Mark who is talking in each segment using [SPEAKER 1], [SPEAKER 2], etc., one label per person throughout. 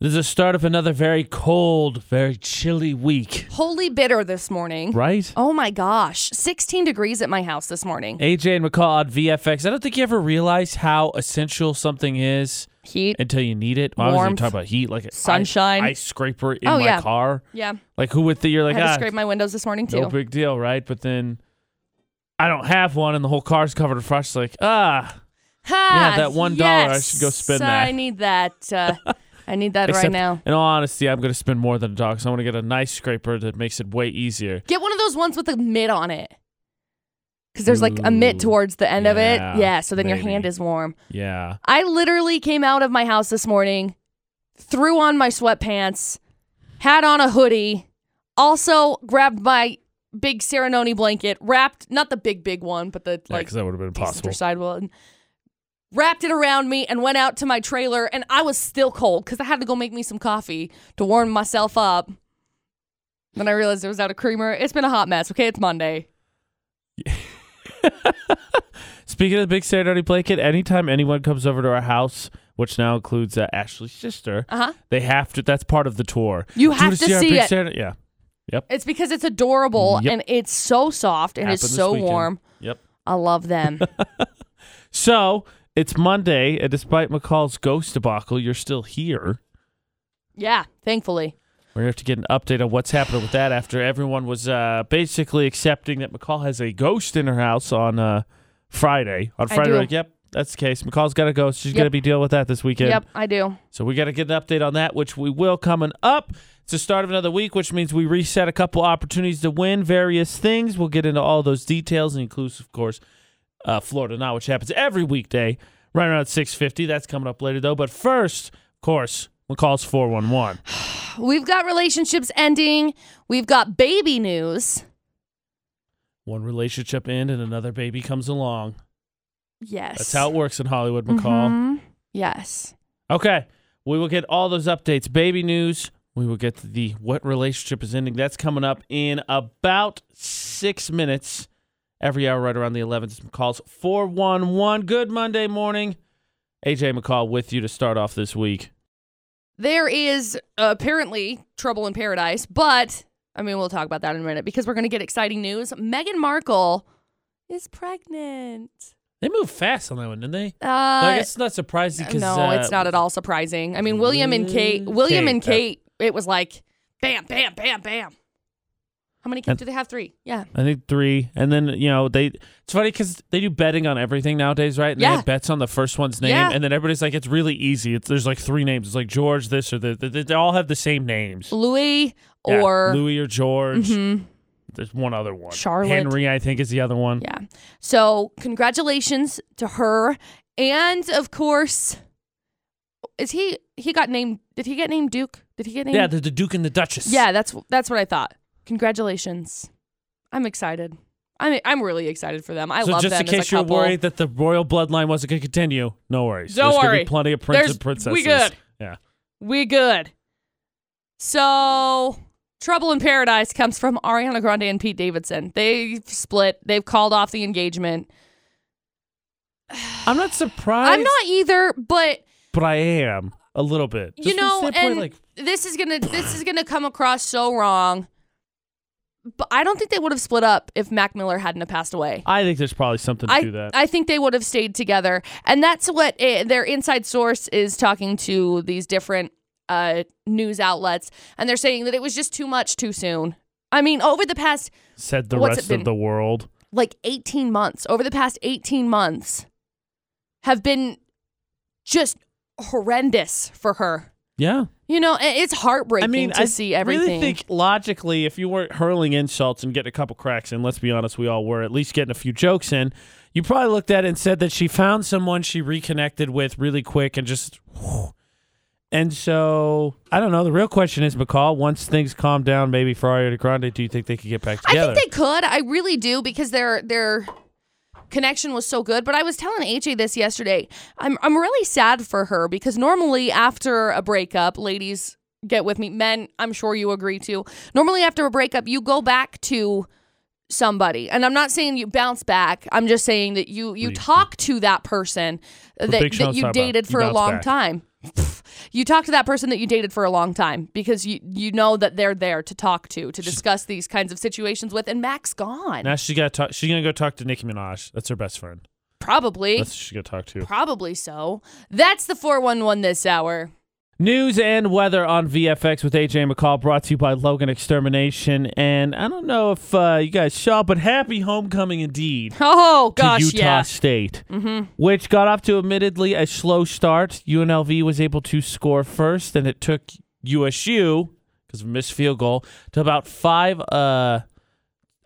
[SPEAKER 1] This is the start of another very cold, very chilly week,
[SPEAKER 2] Holy bitter this morning.
[SPEAKER 1] right?
[SPEAKER 2] Oh my gosh. 16 degrees at my house this morning.
[SPEAKER 1] AJ and McCall on VFX. I don't think you ever realize how essential something is
[SPEAKER 2] Heat.
[SPEAKER 1] until you need it. Well, I was even
[SPEAKER 2] Warmth.
[SPEAKER 1] talking about heat, like
[SPEAKER 2] Sunshine.
[SPEAKER 1] I scraper in
[SPEAKER 2] Oh,
[SPEAKER 1] my
[SPEAKER 2] yeah.
[SPEAKER 1] car.
[SPEAKER 2] Yeah.
[SPEAKER 1] Like who would think you're
[SPEAKER 2] I
[SPEAKER 1] like,
[SPEAKER 2] had to
[SPEAKER 1] ah,
[SPEAKER 2] scrape my windows this morning too.
[SPEAKER 1] no big deal, right? But then I don't have one, and the whole car's covered in frost. Like ah,
[SPEAKER 2] Ha,
[SPEAKER 1] Yeah, that one dollar, I should go spend
[SPEAKER 2] yes, I
[SPEAKER 1] that.
[SPEAKER 2] need that. Uh, I need that right
[SPEAKER 1] Except-
[SPEAKER 2] now.
[SPEAKER 1] in all honesty, I'm gonna spend more than a dog, so I'm gonna get a nice scraper that makes it way easier.
[SPEAKER 2] Get one of those ones with a mitt on it. Because there's like a mitt
[SPEAKER 1] Ooh,
[SPEAKER 2] towards the end of
[SPEAKER 1] yeah,
[SPEAKER 2] it. Yeah. So then your
[SPEAKER 1] maybe.
[SPEAKER 2] hand is warm.
[SPEAKER 1] Yeah,
[SPEAKER 2] I literally came out of my house this morning, threw on my sweatpants, had on a hoodie, also grabbed my big Serenoni blanket, wrapped not the big big one, but the
[SPEAKER 1] like
[SPEAKER 2] like
[SPEAKER 1] because that would have been
[SPEAKER 2] passenger
[SPEAKER 1] impossible.
[SPEAKER 2] side one, wrapped it around me, and went out to my trailer. And I was still cold because I had to go make me some coffee to warm myself up. Then I realized there was out of creamer. It's been a hot mess. Okay, it's Monday.
[SPEAKER 1] Speaking of the big Saturday blanket, anytime anyone comes over to our house, which now includes uh, Ashley's sister,
[SPEAKER 2] Uh huh.
[SPEAKER 1] they have to. That's part of the tour.
[SPEAKER 2] You
[SPEAKER 1] Do
[SPEAKER 2] have
[SPEAKER 1] wanna
[SPEAKER 2] to
[SPEAKER 1] our
[SPEAKER 2] see
[SPEAKER 1] big
[SPEAKER 2] it.
[SPEAKER 1] Saturday- Yeah,
[SPEAKER 2] It's because it's adorable
[SPEAKER 1] Mm, Yep.
[SPEAKER 2] and it's so soft and
[SPEAKER 1] Happened
[SPEAKER 2] it's
[SPEAKER 1] this
[SPEAKER 2] so
[SPEAKER 1] weekend.
[SPEAKER 2] warm.
[SPEAKER 1] Yep.
[SPEAKER 2] I love them.
[SPEAKER 1] So it's Monday, and despite McCall's ghost debacle, you're still here.
[SPEAKER 2] yeah, thankfully.
[SPEAKER 1] We're gonna have to get an update on what's happening with that after everyone was uh, basically accepting that McCall has a ghost in her house on uh, Friday. On
[SPEAKER 2] I
[SPEAKER 1] Friday,
[SPEAKER 2] do.
[SPEAKER 1] we're like, yep, that's the case. McCall's got a ghost. She's
[SPEAKER 2] Yep.
[SPEAKER 1] gonna be dealing with that this weekend.
[SPEAKER 2] Yep, I do.
[SPEAKER 1] So we got to get an update on that, which we will coming up. It's the start of another week, which means we reset a couple opportunities to win various things. We'll get into all those details, inclusive, of course, uh, Florida Not, which happens every weekday right around 6.50. That's coming up later, though. But first, of course, McCall's 411.
[SPEAKER 2] We've got relationships ending. We've got baby news.
[SPEAKER 1] One relationship end and another baby comes along.
[SPEAKER 2] Yes.
[SPEAKER 1] That's how it works in Hollywood, McCall.
[SPEAKER 2] Mhm. Yes.
[SPEAKER 1] Okay. We will get all those updates. Baby news. We will get to the what relationship is ending. That's coming up in about six minutes. Every hour, right around the 11th, is McCall's 411. Good Monday morning. AJ McCall with you to start off this week.
[SPEAKER 2] There is apparently trouble in paradise, but I mean, we'll talk about that in a minute because we're going to get exciting news. Meghan Markle is pregnant.
[SPEAKER 1] They moved fast on that one, didn't they? like,
[SPEAKER 2] Uh,
[SPEAKER 1] it's not surprising uh, because.
[SPEAKER 2] no, it's not at all surprising. I mean, William and Kate,
[SPEAKER 1] Mm,
[SPEAKER 2] William
[SPEAKER 1] Kate,
[SPEAKER 2] and
[SPEAKER 1] uh,
[SPEAKER 2] Kate, it was like bam, bam, bam, bam. How many
[SPEAKER 1] And-
[SPEAKER 2] kids do they have? Three. Yeah.
[SPEAKER 1] I think three. And then, you know, they. It's funny because they do betting on everything nowadays, right? And
[SPEAKER 2] Yeah.
[SPEAKER 1] They have bets on the first one's name.
[SPEAKER 2] Yeah.
[SPEAKER 1] And then everybody's like, it's really easy. It's, there's like three names. It's like George, this or the. They, they all have the same names.
[SPEAKER 2] Louis
[SPEAKER 1] Yeah,
[SPEAKER 2] or
[SPEAKER 1] Louis or George.
[SPEAKER 2] Mhm.
[SPEAKER 1] There's one other one.
[SPEAKER 2] Charlotte.
[SPEAKER 1] Henry, I think, is the other one.
[SPEAKER 2] Yeah. So, congratulations to her. And of course, is he he got named did he get named Duke? Did he get named
[SPEAKER 1] Yeah, the, the Duke and the Duchess.
[SPEAKER 2] Yeah, that's that's what I thought. Congratulations. I'm excited. I'm I'm really excited for them. I
[SPEAKER 1] so
[SPEAKER 2] love
[SPEAKER 1] just
[SPEAKER 2] them
[SPEAKER 1] in case
[SPEAKER 2] as a
[SPEAKER 1] you're
[SPEAKER 2] couple.
[SPEAKER 1] worried that the royal bloodline wasn't going to continue, no worries.
[SPEAKER 2] Don't
[SPEAKER 1] There's gonna
[SPEAKER 2] worry.
[SPEAKER 1] be plenty of prince
[SPEAKER 2] There's-
[SPEAKER 1] and princesses.
[SPEAKER 2] we good.
[SPEAKER 1] Yeah.
[SPEAKER 2] We good. So, Trouble in Paradise comes from Ariana Grande and Pete Davidson. They've split. They've called off the engagement.
[SPEAKER 1] I'm not surprised,
[SPEAKER 2] I'm not either, but
[SPEAKER 1] but I am a little bit.
[SPEAKER 2] you
[SPEAKER 1] Just from
[SPEAKER 2] know,
[SPEAKER 1] the standpoint,
[SPEAKER 2] and
[SPEAKER 1] like,
[SPEAKER 2] this is gonna this is gonna come across so wrong. But I don't think they would have split up if Mac Miller hadn't have passed away.
[SPEAKER 1] I think there's probably something to do
[SPEAKER 2] I,
[SPEAKER 1] that.
[SPEAKER 2] I think they would have stayed together. And that's what eh, their inside source is talking to these different uh, news outlets. And they're saying that it was just too much too soon. I mean, over the past
[SPEAKER 1] Said the
[SPEAKER 2] what's it
[SPEAKER 1] rest
[SPEAKER 2] been?
[SPEAKER 1] of the world.
[SPEAKER 2] like 18 months, over the past 18 months, have been just horrendous for her.
[SPEAKER 1] Yeah.
[SPEAKER 2] You know, and it's heartbreaking to
[SPEAKER 1] I
[SPEAKER 2] see everything.
[SPEAKER 1] really think logically, if you weren't hurling insults and getting a couple cracks in, let's be honest, we all were, at least getting a few jokes in, you probably looked at it and said that she found someone she reconnected with really quick and just. whew. And so, I don't know. The real question is, McCall, once things calm down, maybe for Ariana Grande, do you think they could get back
[SPEAKER 2] I
[SPEAKER 1] together?
[SPEAKER 2] think they could. I really do because their their connection was so good. But I was telling AJ this yesterday. I'm I'm really sad for her because normally after a breakup, ladies get with me. Men, I'm sure you agree too. Normally after a breakup, you go back to somebody. And I'm not saying you bounce back. I'm just saying that you you
[SPEAKER 1] Leave.
[SPEAKER 2] talk to that person that,
[SPEAKER 1] Big Sean's
[SPEAKER 2] that
[SPEAKER 1] talking
[SPEAKER 2] you
[SPEAKER 1] about.
[SPEAKER 2] dated
[SPEAKER 1] You
[SPEAKER 2] for a
[SPEAKER 1] bounce
[SPEAKER 2] long
[SPEAKER 1] back.
[SPEAKER 2] time. pff, you talk to that person that you dated for a long time because you you know that they're there to talk to to discuss these kinds of situations with. And Mac's gone,
[SPEAKER 1] Now she got to talk. She's gonna go talk to Nicki Minaj. That's her best friend.
[SPEAKER 2] probably,
[SPEAKER 1] That's who she's gonna talk to.
[SPEAKER 2] probably so. That's the four one one this hour.
[SPEAKER 1] News and weather on VFX with AJ McCall, brought to you by Logan Extermination. And I don't know if uh, you guys saw, but happy homecoming indeed.
[SPEAKER 2] Oh gosh,
[SPEAKER 1] to Utah
[SPEAKER 2] yeah. Mm-hmm.
[SPEAKER 1] State, which got off to admittedly a slow start. UNLV was able to score first, and it took USU because of a missed field goal to about five, uh,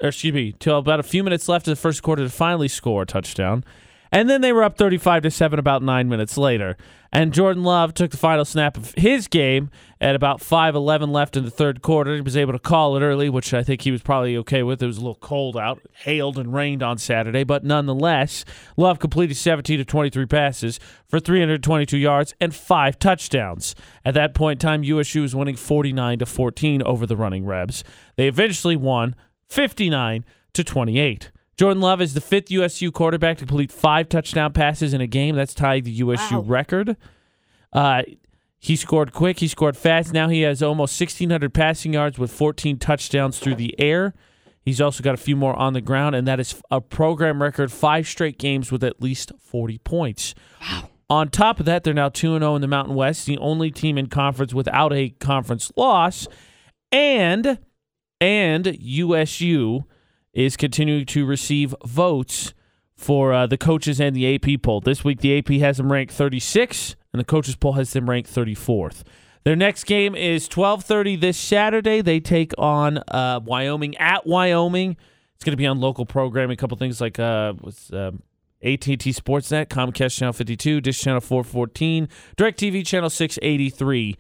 [SPEAKER 1] or excuse me, to about a few minutes left of the first quarter to finally score a touchdown. And then they were up 35 to 7 about 9 minutes later. And Jordan Love took the final snap of his game at about 5:11 left in the third quarter. He was able to call it early, which I think he was probably okay with. It was a little cold out. It hailed and rained on Saturday, but nonetheless, Love completed 17 to 23 passes for 322 yards and 5 touchdowns. At that point in time, USU was winning 49 to 14 over the running Rebs. They eventually won 59 to 28. Jordan Love is the fifth USU quarterback to complete five touchdown passes in a game. That's tied the USU
[SPEAKER 2] Wow.
[SPEAKER 1] record. Uh, he scored quick. He scored fast. Now he has almost 1,600 passing yards with 14 touchdowns through the air. He's also got a few more on the ground, and that is a program record five straight games with at least 40 points. On top of that, they're now 2 0 in the Mountain West, the only team in conference without a conference loss. And and USU is continuing to receive votes for uh, the coaches and the AP poll. This week, the AP has them ranked 36, and the coaches poll has them ranked 34th. Their next game is 12:30 this Saturday. They take on uh, Wyoming at Wyoming. It's going to be on local programming. A couple things like uh, what's, um, AT&T Sportsnet, Comcast Channel 52, Dish Channel 414, DirecTV Channel 683.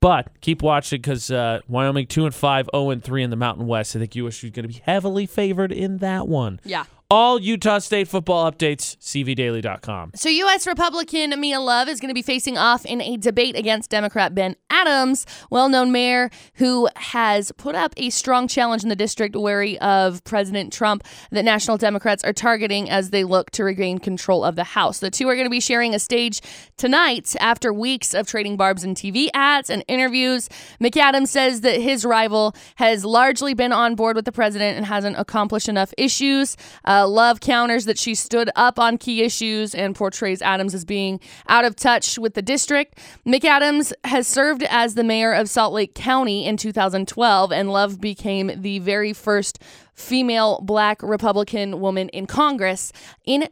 [SPEAKER 1] But keep watching because uh, Wyoming two and five, zero and three in the Mountain West. I think USU is going to be heavily favored in that one.
[SPEAKER 2] Yeah.
[SPEAKER 1] All Utah State football updates, cvdaily.com.
[SPEAKER 2] So, U.S. Republican Mia Love is going to be facing off in a debate against Democrat Ben Adams, well known mayor who has put up a strong challenge in the district, wary of President Trump, that national Democrats are targeting as they look to regain control of the House. The two are going to be sharing a stage tonight after weeks of trading barbs and TV ads and interviews. McAdams says that his rival has largely been on board with the president and hasn't accomplished enough issues. Uh, Love counters that she stood up on key issues and portrays Adams as being out of touch with the district. McAdams has served as the mayor of Salt Lake County in 2012, and Love became the very first female black Republican woman in Congress in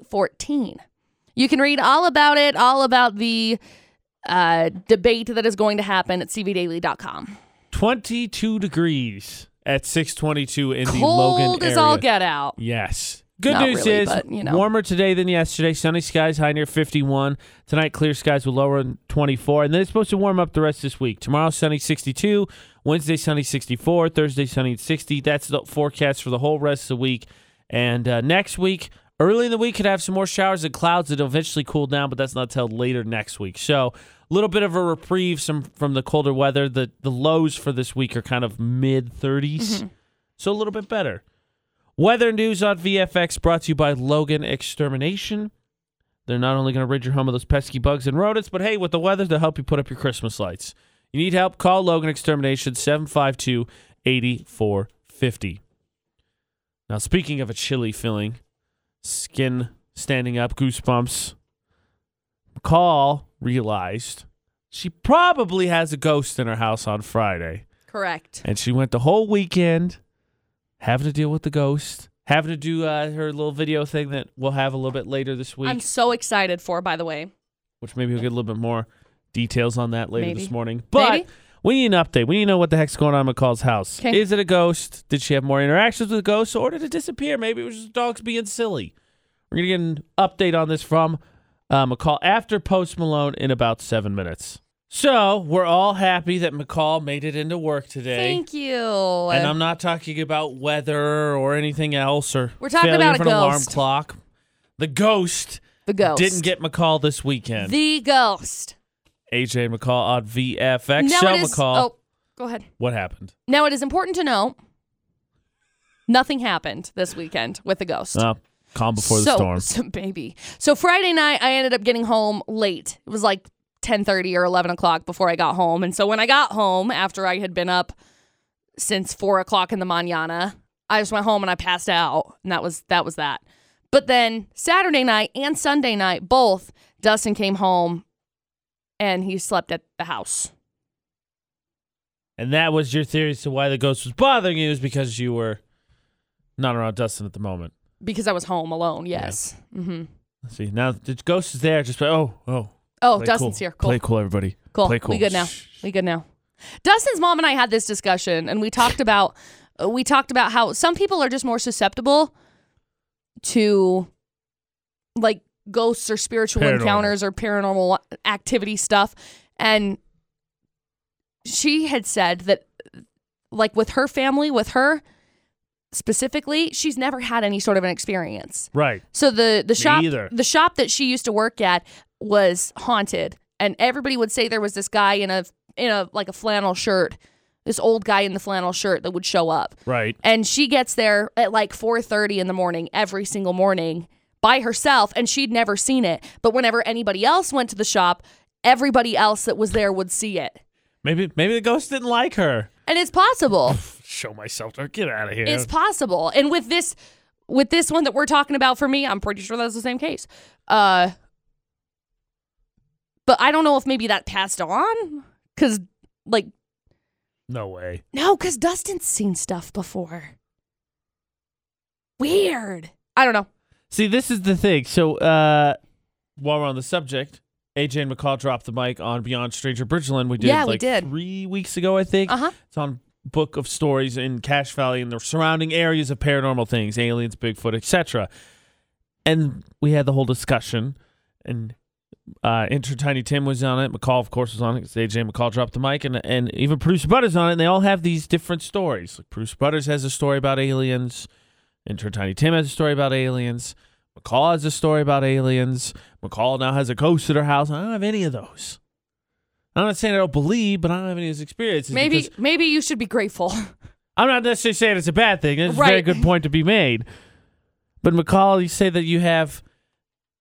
[SPEAKER 2] 2014. You can read all about it, all about the uh, debate that is going to happen at cvdaily.com.
[SPEAKER 1] 22 degrees at 622 in the Logan
[SPEAKER 2] Cold
[SPEAKER 1] area.
[SPEAKER 2] as all get out.
[SPEAKER 1] Yes. Good
[SPEAKER 2] Not
[SPEAKER 1] news
[SPEAKER 2] really,
[SPEAKER 1] is
[SPEAKER 2] but, you know.
[SPEAKER 1] warmer today than yesterday. Sunny skies, high near 51. Tonight, clear skies with lower than 24. And then it's supposed to warm up the rest of this week. Tomorrow, sunny 62. Wednesday, sunny 64. Thursday, sunny at 60. That's the forecast for the whole rest of the week. And uh, next week, early in the week, could have some more showers and clouds that'll eventually cool down, but that's not till later next week. So a little bit of a reprieve some, from the colder weather. The, the lows for this week are kind of mid 30s.
[SPEAKER 2] Mm-hmm.
[SPEAKER 1] So a little bit better. Weather news on VFX brought to you by Logan Extermination. They're not only going to rid your home of those pesky bugs and rodents, but hey, with the weather, they'll help you put up your Christmas lights. You need help? Call Logan Extermination 752 8450. Now, speaking of a chilly feeling, skin standing up, goosebumps, McCall realized she probably has a ghost in her house on Friday.
[SPEAKER 2] Correct.
[SPEAKER 1] And she went the whole weekend having to deal with the ghost, having to do uh, her little video thing that we'll have a little bit later this week,
[SPEAKER 2] I'm so excited for, by the way.
[SPEAKER 1] which maybe we'll get a little bit more details on that later
[SPEAKER 2] Maybe.
[SPEAKER 1] this morning. But
[SPEAKER 2] Maybe.
[SPEAKER 1] we need an update. We need to know what the heck's going on in McCall's house.
[SPEAKER 2] 'Kay.
[SPEAKER 1] Is it a ghost? Did she have more interactions with ghosts or did it disappear? Maybe it was just dogs being silly. We're going to get an update on this from uh, McCall after Post Malone in about seven minutes. So we're all happy that McCall made it into work today.
[SPEAKER 2] Thank you.
[SPEAKER 1] And I'm not talking about weather or anything else or
[SPEAKER 2] We're talking
[SPEAKER 1] failure
[SPEAKER 2] about
[SPEAKER 1] of
[SPEAKER 2] a
[SPEAKER 1] an alarm
[SPEAKER 2] ghost.
[SPEAKER 1] clock. The ghost,
[SPEAKER 2] the ghost.
[SPEAKER 1] didn't get McCall this weekend.
[SPEAKER 2] the ghost.
[SPEAKER 1] AJ McCall on VFX.
[SPEAKER 2] now
[SPEAKER 1] Shell
[SPEAKER 2] it is.
[SPEAKER 1] McCall,
[SPEAKER 2] Oh, go ahead.
[SPEAKER 1] what happened?
[SPEAKER 2] Now it is important to know. Nothing happened this weekend with the ghost.
[SPEAKER 1] Uh, calm before the
[SPEAKER 2] so,
[SPEAKER 1] storm.
[SPEAKER 2] so- baby. So Friday night, I ended up getting home late. It was like 10.30 or 11 o'clock before I got home. And so when I got home, after I had been up since 4 o'clock in the manana, I just went home and I passed out. And that was that. Was that. But then Saturday night and Sunday night, both, Dustin came home and he slept at the house.
[SPEAKER 1] And that was your theory as to why the ghost was bothering you is because you were not around Dustin at the moment.
[SPEAKER 2] Because I was home alone, yes. hmm
[SPEAKER 1] Let's see, now the ghost is there. Just oh, oh.
[SPEAKER 2] Oh,
[SPEAKER 1] play
[SPEAKER 2] Dustin's
[SPEAKER 1] cool.
[SPEAKER 2] here. Cool.
[SPEAKER 1] Play cool, everybody.
[SPEAKER 2] Cool.
[SPEAKER 1] Play cool.
[SPEAKER 2] We good now.
[SPEAKER 1] Shh.
[SPEAKER 2] We good now. Dustin's mom and I had this discussion, and we talked about uh, we talked about how some people are just more susceptible to like ghosts or spiritual
[SPEAKER 1] Paranormal.
[SPEAKER 2] encounters or paranormal activity stuff, and she had said that like with her family, with her specifically, she's never had any sort of an experience.
[SPEAKER 1] Right.
[SPEAKER 2] So the the shop
[SPEAKER 1] either.
[SPEAKER 2] the shop that she used to work at was haunted, and everybody would say there was this guy in a in a like a flannel shirt, this old guy in the flannel shirt that would show up.
[SPEAKER 1] Right.
[SPEAKER 2] And she gets there at like four thirty in the morning every single morning by herself, and she'd never seen it. But whenever anybody else went to the shop, everybody else that was there would see it,
[SPEAKER 1] Maybe maybe the ghost didn't like her.
[SPEAKER 2] and it's possible.
[SPEAKER 1] Show myself to her. Get out of here.
[SPEAKER 2] It's possible. And with this with this one that we're talking about for me, I'm pretty sure that's the same case. Uh but I don't know if maybe that passed on cuz like
[SPEAKER 1] no way.
[SPEAKER 2] no, cuz Dustin's seen stuff before. Weird. I don't know.
[SPEAKER 1] See, this is the thing. So, uh, while we're on the subject, AJ and McCall dropped the mic on Beyond Stranger Bridgeland. We did
[SPEAKER 2] Yeah, we
[SPEAKER 1] like
[SPEAKER 2] did.
[SPEAKER 1] three weeks ago, I think.
[SPEAKER 2] Uh-huh.
[SPEAKER 1] It's on Book of Stories in Cache Valley and the surrounding areas of paranormal things, aliens, Bigfoot, etc. And we had the whole discussion, and uh, Enter Tiny Tim was on it. McCall, of course, was on it because AJ McCall dropped the mic, and and even producer Butters on it. And they all have these different stories. Like producer Butters has a story about aliens. Enter Tiny Tim has a story about aliens. McCall has a story about aliens. McCall now has a ghost at her house. I don't have any of those. I'm not saying I don't believe, but I don't have any of those experiences.
[SPEAKER 2] Maybe
[SPEAKER 1] because-
[SPEAKER 2] maybe you should be grateful.
[SPEAKER 1] I'm not necessarily saying it's a bad thing. It's a very
[SPEAKER 2] Right.
[SPEAKER 1] good point to be made. But McCall, you say that you have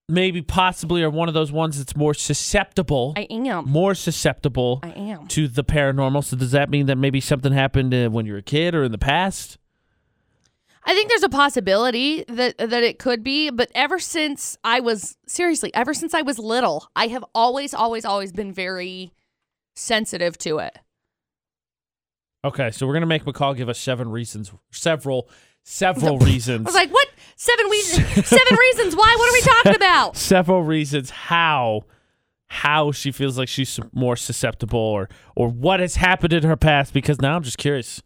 [SPEAKER 1] maybe possibly or one of those ones that's more susceptible,
[SPEAKER 2] I am.
[SPEAKER 1] more susceptible
[SPEAKER 2] I am.
[SPEAKER 1] to the paranormal. So does that mean that maybe something happened uh, when you were a kid or in the past?
[SPEAKER 2] I think there's a possibility that that it could be, but ever since I was seriously, ever since I was little, I have always always always been very sensitive to it.
[SPEAKER 1] Okay, so we're gonna make McCall give us seven reasons, several, several reasons.
[SPEAKER 2] I was like, "What? Seven reasons? seven reasons why? What are we talking about?"
[SPEAKER 1] several reasons how how she feels like she's su- more susceptible or or what has happened in her past because now I'm just curious.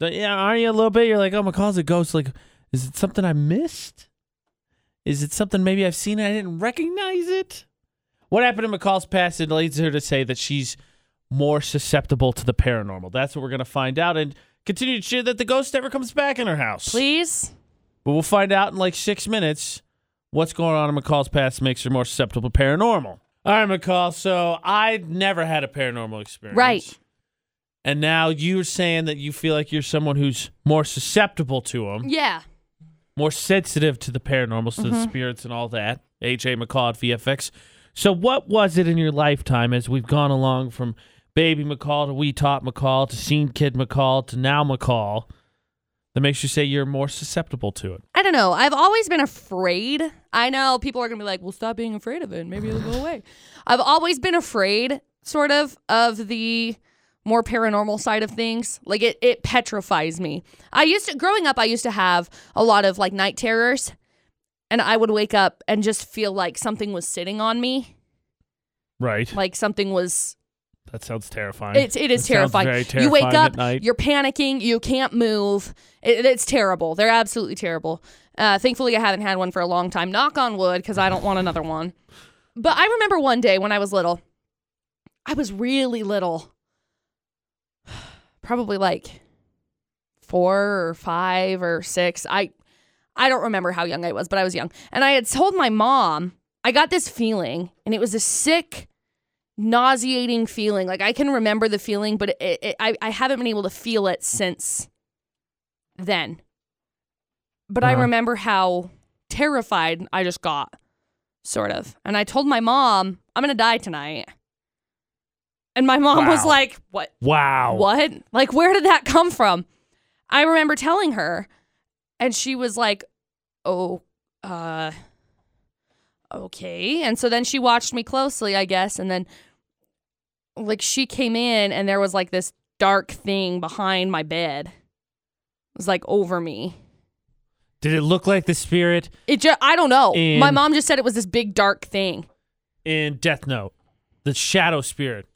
[SPEAKER 1] But yeah, are you a little bit? You're like, oh, McCall's a ghost. Like, is it something I missed? Is it something maybe I've seen and I didn't recognize it? What happened in McCall's past it leads her to say that she's more susceptible to the paranormal. That's what we're gonna find out and continue to cheer that the ghost never comes back in her house.
[SPEAKER 2] Please.
[SPEAKER 1] But we'll find out in like six minutes what's going on in McCall's past makes her more susceptible to paranormal. All right, McCall. So I never had a paranormal experience.
[SPEAKER 2] Right.
[SPEAKER 1] And now you're saying that you feel like you're someone who's more susceptible to them,
[SPEAKER 2] Yeah.
[SPEAKER 1] more sensitive to the paranormal, to the spirits and all that. AJ McCall at VFX. So what was it in your lifetime as we've gone along from baby McCall to we taught McCall to seen kid McCall to now McCall that makes you say you're more susceptible to it?
[SPEAKER 2] I don't know. I've always been afraid. I know people are going to be like, well, stop being afraid of it. and Maybe it'll go away. I've always been afraid, sort of, of the more paranormal side of things. Like it, it petrifies me. I used to, growing up, I used to have a lot of like night terrors. And I would wake up and just feel like something was sitting on me,
[SPEAKER 1] Right.
[SPEAKER 2] like something was
[SPEAKER 1] That sounds terrifying.
[SPEAKER 2] It's it is
[SPEAKER 1] That sounds
[SPEAKER 2] terrifying.
[SPEAKER 1] very
[SPEAKER 2] You wake
[SPEAKER 1] terrifying
[SPEAKER 2] up,
[SPEAKER 1] at night.
[SPEAKER 2] you're panicking, you can't move. It, it's terrible. They're absolutely terrible. Uh, thankfully, I haven't had one for a long time. Knock on wood, because I don't want another one. But I remember one day when I was little. I was really little, probably like four or five or six. I I don't remember how young I was, but I was young. And I had told my mom, I got this feeling, and it was a sick, nauseating feeling. Like I can remember the feeling, but it, it, I, I haven't been able to feel it since then. But I
[SPEAKER 1] Uh-huh.
[SPEAKER 2] remember how terrified I just got, sort of. And I told my mom, I'm going to die tonight. And my mom was
[SPEAKER 1] Wow.
[SPEAKER 2] like, What?
[SPEAKER 1] Wow.
[SPEAKER 2] What? Like, where did that come from? I remember telling her, and she was like, Oh, uh, okay. And so then she watched me closely, I guess. And then, like, she came in, and there was like this dark thing behind my bed. It was like over me.
[SPEAKER 1] Did it look like the spirit
[SPEAKER 2] It just, I don't know.
[SPEAKER 1] And-
[SPEAKER 2] my mom just said it was this big dark thing.
[SPEAKER 1] in Death Note? The shadow spirit,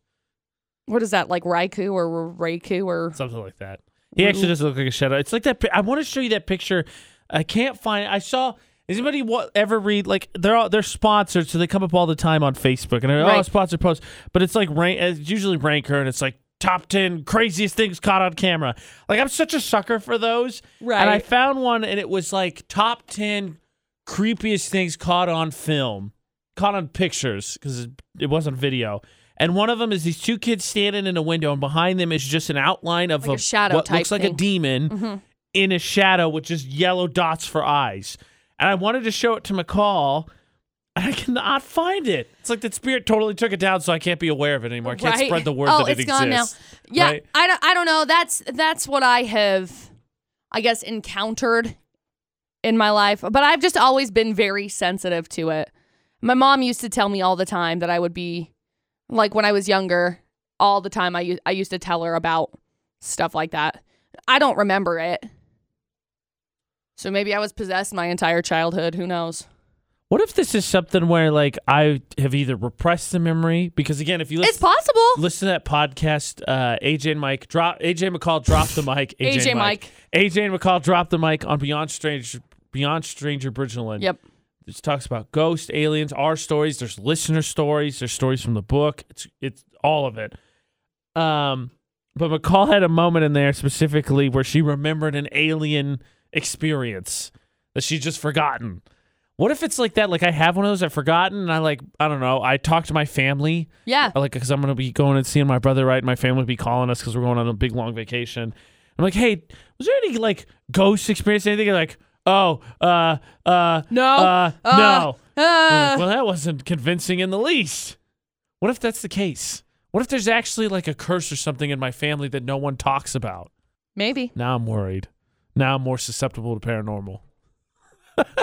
[SPEAKER 2] What is that, like Raikou or Reiku or
[SPEAKER 1] something like that. He actually doesn't look like a shadow. It's like that. pi- I want to show you that picture. I can't find. I saw. Is anybody wa- ever read like they're all, they're sponsored, so they come up all the time on Facebook and they're all
[SPEAKER 2] Right.
[SPEAKER 1] sponsored posts. But it's like rank. It's usually ranker, and it's like top ten craziest things caught on camera. Like I'm such a sucker for those. And I
[SPEAKER 2] Right.
[SPEAKER 1] found one, and it was like top ten creepiest things caught on film, caught on pictures because it wasn't video. And one of them is these two kids standing in a window, and behind them is just an outline of
[SPEAKER 2] Like a shadow
[SPEAKER 1] what
[SPEAKER 2] type
[SPEAKER 1] looks like a
[SPEAKER 2] thing. Mm-hmm.
[SPEAKER 1] demon in a shadow with just yellow dots for eyes. And I wanted to show it to McCall, and I cannot find it. It's like that spirit totally took it down, so I can't be aware of it anymore. I can't
[SPEAKER 2] Right.
[SPEAKER 1] spread the word
[SPEAKER 2] oh,
[SPEAKER 1] that it
[SPEAKER 2] it's
[SPEAKER 1] exists.
[SPEAKER 2] gone now. Yeah,
[SPEAKER 1] right?
[SPEAKER 2] I, don't, I don't know. That's that's what I have, I guess, encountered in my life. But I've just always been very sensitive to it. My mom used to tell me all the time that I would be, like when I was younger, all the time I u- I used to tell her about stuff like that. I don't remember it. So maybe I was possessed my entire childhood. Who knows?
[SPEAKER 1] What if this is something where like I have either repressed the memory because again, if you listen,
[SPEAKER 2] It's possible.
[SPEAKER 1] listen to that podcast, uh, AJ and Mike drop AJ McCall dropped the mic. AJ,
[SPEAKER 2] AJ
[SPEAKER 1] and Mike. AJ and McCall dropped the mic on Beyond Strange Beyond Stranger Bridgeland.
[SPEAKER 2] Yep.
[SPEAKER 1] It talks about ghosts, aliens, our stories. There's listener stories. There's stories from the book. It's it's all of it. Um, but McCall had a moment in there specifically where she remembered an alien experience that she's just forgotten. What if it's like that? Like I have one of those I've forgotten, and I like I don't know. I talk to my family,
[SPEAKER 2] Yeah.
[SPEAKER 1] I like because I'm gonna be going and seeing my brother, right? And my family will be calling us because we're going on a big long vacation. I'm like, hey, was there any like ghost experience? Anything? They're like, oh, uh, uh,
[SPEAKER 2] No.
[SPEAKER 1] uh,
[SPEAKER 2] Uh,
[SPEAKER 1] no. I'm
[SPEAKER 2] Uh,
[SPEAKER 1] like, well, that wasn't convincing in the least. What if that's the case? What if there's actually like a curse or something in my family that no one talks about?
[SPEAKER 2] maybe.
[SPEAKER 1] Now I'm worried. Now I'm more susceptible to paranormal.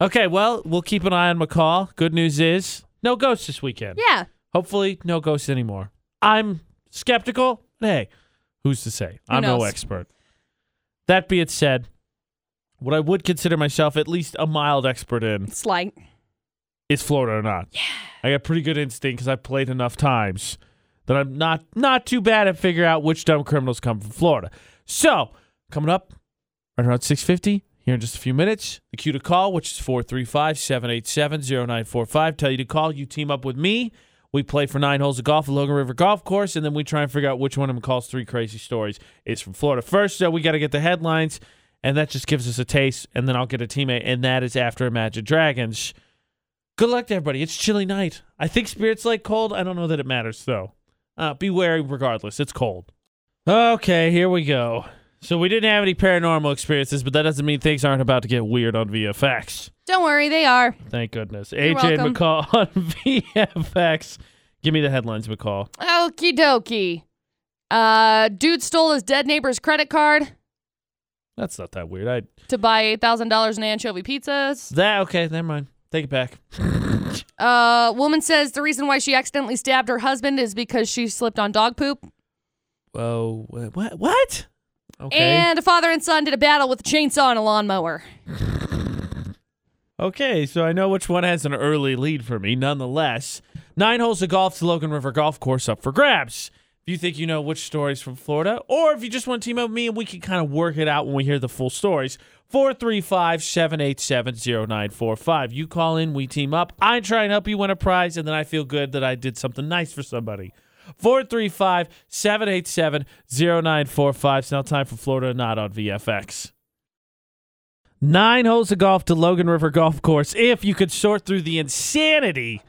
[SPEAKER 1] okay, well, we'll keep an eye on McCall. Good news is no ghosts this weekend.
[SPEAKER 2] Yeah.
[SPEAKER 1] Hopefully, no ghosts anymore. I'm skeptical. but Hey, who's to say?
[SPEAKER 2] Who
[SPEAKER 1] I'm no
[SPEAKER 2] knows?
[SPEAKER 1] expert. That being said, what I would consider myself at least a mild expert in
[SPEAKER 2] It's like
[SPEAKER 1] is Florida or not. Yeah. I got pretty good instinct because I played enough times that I'm not not too bad at figuring out which dumb criminals come from Florida. So coming up right around 6:50 here in just a few minutes, the cue to call, which is 435-787-0945. Tell you to call. You team up with me. We play for nine holes of golf at Logan River Golf Course, and then we try and figure out which one of McCall's three crazy stories is from Florida. First, though, we got to get the headlines, and that just gives us a taste, and then I'll get a teammate, and that is after Imagine Dragons. Good luck to everybody. It's chilly night. I think spirits like cold. I don't know that it matters though. Uh, be wary regardless. It's cold. Okay, here we go. So we didn't have any paranormal experiences, but that doesn't mean things aren't about to get weird on VFX.
[SPEAKER 2] Don't worry, they are.
[SPEAKER 1] Thank goodness.
[SPEAKER 2] You're
[SPEAKER 1] AJ
[SPEAKER 2] welcome.
[SPEAKER 1] McCall on VFX. Give me the headlines, McCall.
[SPEAKER 2] Okie dokie. Uh, dude stole his dead neighbor's credit card
[SPEAKER 1] That's not that weird. I
[SPEAKER 2] to buy eight thousand dollars in anchovy pizzas.
[SPEAKER 1] that okay. Never mind. Take it back.
[SPEAKER 2] Uh, woman says the reason why she accidentally stabbed her husband is because she slipped on dog poop.
[SPEAKER 1] Whoa. wha- What? What? Okay.
[SPEAKER 2] And a father and son did a battle with a chainsaw and a lawnmower.
[SPEAKER 1] Okay, so I know which one has an early lead for me. Nonetheless, nine holes of golf to Logan River Golf Course up for grabs. If you think you know which stories from Florida, or if you just want to team up with me and we can kind of work it out when we hear the full stories, 435 787 0945. You call in, we team up. I try and help you win a prize, and then I feel good that I did something nice for somebody. 435 787 0945. It's now time for Florida Not on VFX. Nine holes of golf to Logan River Golf Course if you could sort through the insanity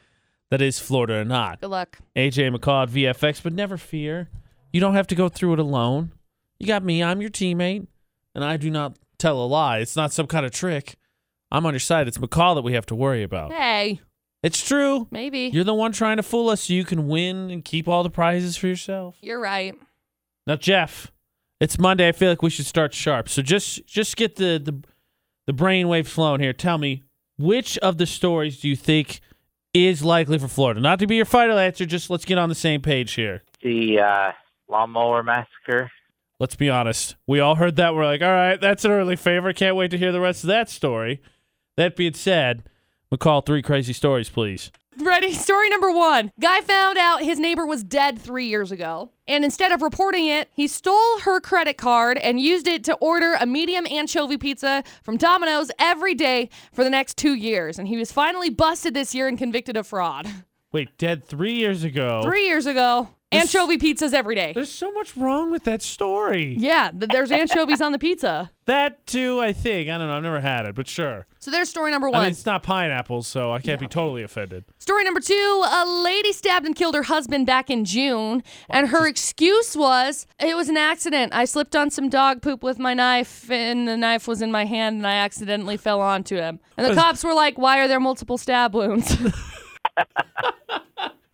[SPEAKER 1] that is Florida or not.
[SPEAKER 2] Good luck.
[SPEAKER 1] AJ McCall at VFX, but never fear. You don't have to go through it alone. You got me. I'm your teammate, and I do not Oh. tell a lie. It's not some kind of trick. I'm on your side. It's McCall that we have to worry about.
[SPEAKER 2] Hey,
[SPEAKER 1] It's true.
[SPEAKER 2] Maybe. You're,
[SPEAKER 1] You're the one trying to fool us so you can win and keep all the prizes for yourself.
[SPEAKER 2] right.
[SPEAKER 1] Now, Jeff, it's Monday. I feel like we should start sharp. So just just get the the, the brainwave flowing here. Tell me which of the stories do you think is likely for Florida? Not to be your final answer. Just let's get on the same page here.
[SPEAKER 3] The uh, lawnmower massacre.
[SPEAKER 1] Let's be honest. We all heard that. We're like, all right, that's an early favorite. Can't wait to hear the rest of that story. That being said, McCall, three crazy stories, please.
[SPEAKER 2] Ready? Story number one. Guy found out his neighbor was dead three years ago. And instead of reporting it, he stole her credit card and used it to order a medium anchovy pizza from Domino's every day for the next two years. And he was finally busted this year and convicted of fraud.
[SPEAKER 1] Wait, dead three years ago.
[SPEAKER 2] Three years ago, anchovy pizzas every day.
[SPEAKER 1] There's so much wrong with that story.
[SPEAKER 2] Yeah, th- there's anchovies on the pizza.
[SPEAKER 1] That too, I think. I don't know. I've never had it, but sure.
[SPEAKER 2] So there's story number
[SPEAKER 1] I
[SPEAKER 2] one.
[SPEAKER 1] mean, it's not pineapples, so I can't be totally offended.
[SPEAKER 2] Story number two a lady stabbed and killed her husband back in June, and her excuse was it was an accident. I slipped on some dog poop with my knife, and the knife was in my hand, and I accidentally fell onto him. And the cops were like, Why are there multiple stab wounds?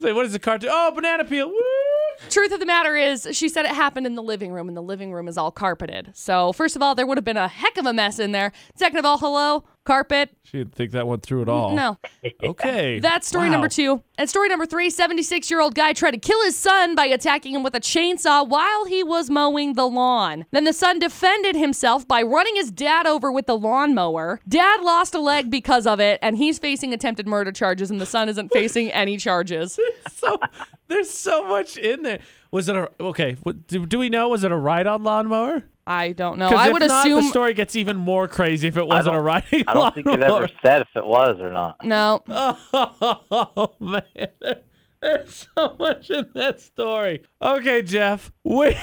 [SPEAKER 1] Say, what is the cartoon? Oh, banana peel. Woo!
[SPEAKER 2] Truth of the matter is, she said it happened in the living room, and the living room is all carpeted. So, first of all, there would have been a heck of a mess in there. Second of all, hello, carpet.
[SPEAKER 1] She didn't think that one through at all.
[SPEAKER 2] No.
[SPEAKER 1] Okay.
[SPEAKER 2] That's story
[SPEAKER 1] Wow.
[SPEAKER 2] number two. And story number three 76 year old guy tried to kill his son by attacking him with a chainsaw while he was mowing the lawn. Then the son defended himself by running his dad over with the lawnmower. Dad lost a leg because of it, and he's facing attempted murder charges, and the son isn't facing any charges.
[SPEAKER 1] So there's so much in there. Was it a okay? What, do, do we know? Was it a ride-on lawnmower?
[SPEAKER 2] I don't know.
[SPEAKER 1] 'Cause
[SPEAKER 2] I
[SPEAKER 1] if
[SPEAKER 2] would
[SPEAKER 1] not,
[SPEAKER 2] assume.
[SPEAKER 1] the story gets even more crazy if it wasn't a riding
[SPEAKER 3] I don't think they've
[SPEAKER 1] lawnmower.
[SPEAKER 3] ever said if it was or not.
[SPEAKER 2] no.
[SPEAKER 1] Oh man, there's so much in that story. Okay, Jeff, which,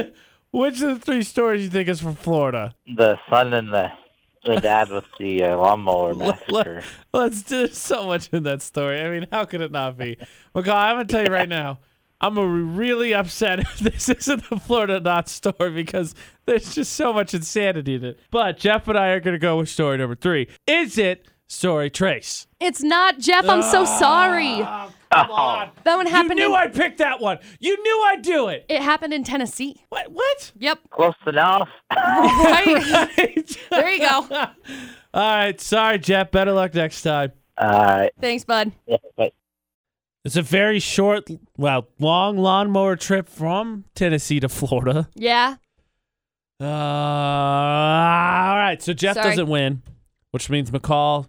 [SPEAKER 1] which of the three stories you think is from Florida?
[SPEAKER 3] The son and the the dad with the uh, lawnmower massacre.
[SPEAKER 1] Let, us do there's so much in that story. I mean, how could it not be? McCall, I'm gonna tell you right now. I'm gonna be really upset if this isn't the Florida Not story because there's just so much insanity in it. But Jeff and I are gonna go with story number three. Is it story trace?
[SPEAKER 2] It's not Jeff. I'm so sorry.
[SPEAKER 1] Come on.
[SPEAKER 2] That one
[SPEAKER 1] Ah. You
[SPEAKER 2] happened
[SPEAKER 1] knew
[SPEAKER 2] in.
[SPEAKER 1] I'd pick that one. You knew I'd do it.
[SPEAKER 2] it happened in Tennessee.
[SPEAKER 1] What? What?
[SPEAKER 2] Yep.
[SPEAKER 3] Close enough.
[SPEAKER 2] Right.
[SPEAKER 1] All
[SPEAKER 2] there you go.
[SPEAKER 1] right. Sorry, Jeff. Better luck next time.
[SPEAKER 3] Uh,
[SPEAKER 2] Thanks, bud.
[SPEAKER 3] yeah, but
[SPEAKER 1] It's a very short, well, long lawnmower trip from Tennessee to Florida.
[SPEAKER 2] Yeah.
[SPEAKER 1] Uh, all right. So Jeff
[SPEAKER 2] Sorry.
[SPEAKER 1] doesn't win, which means McCall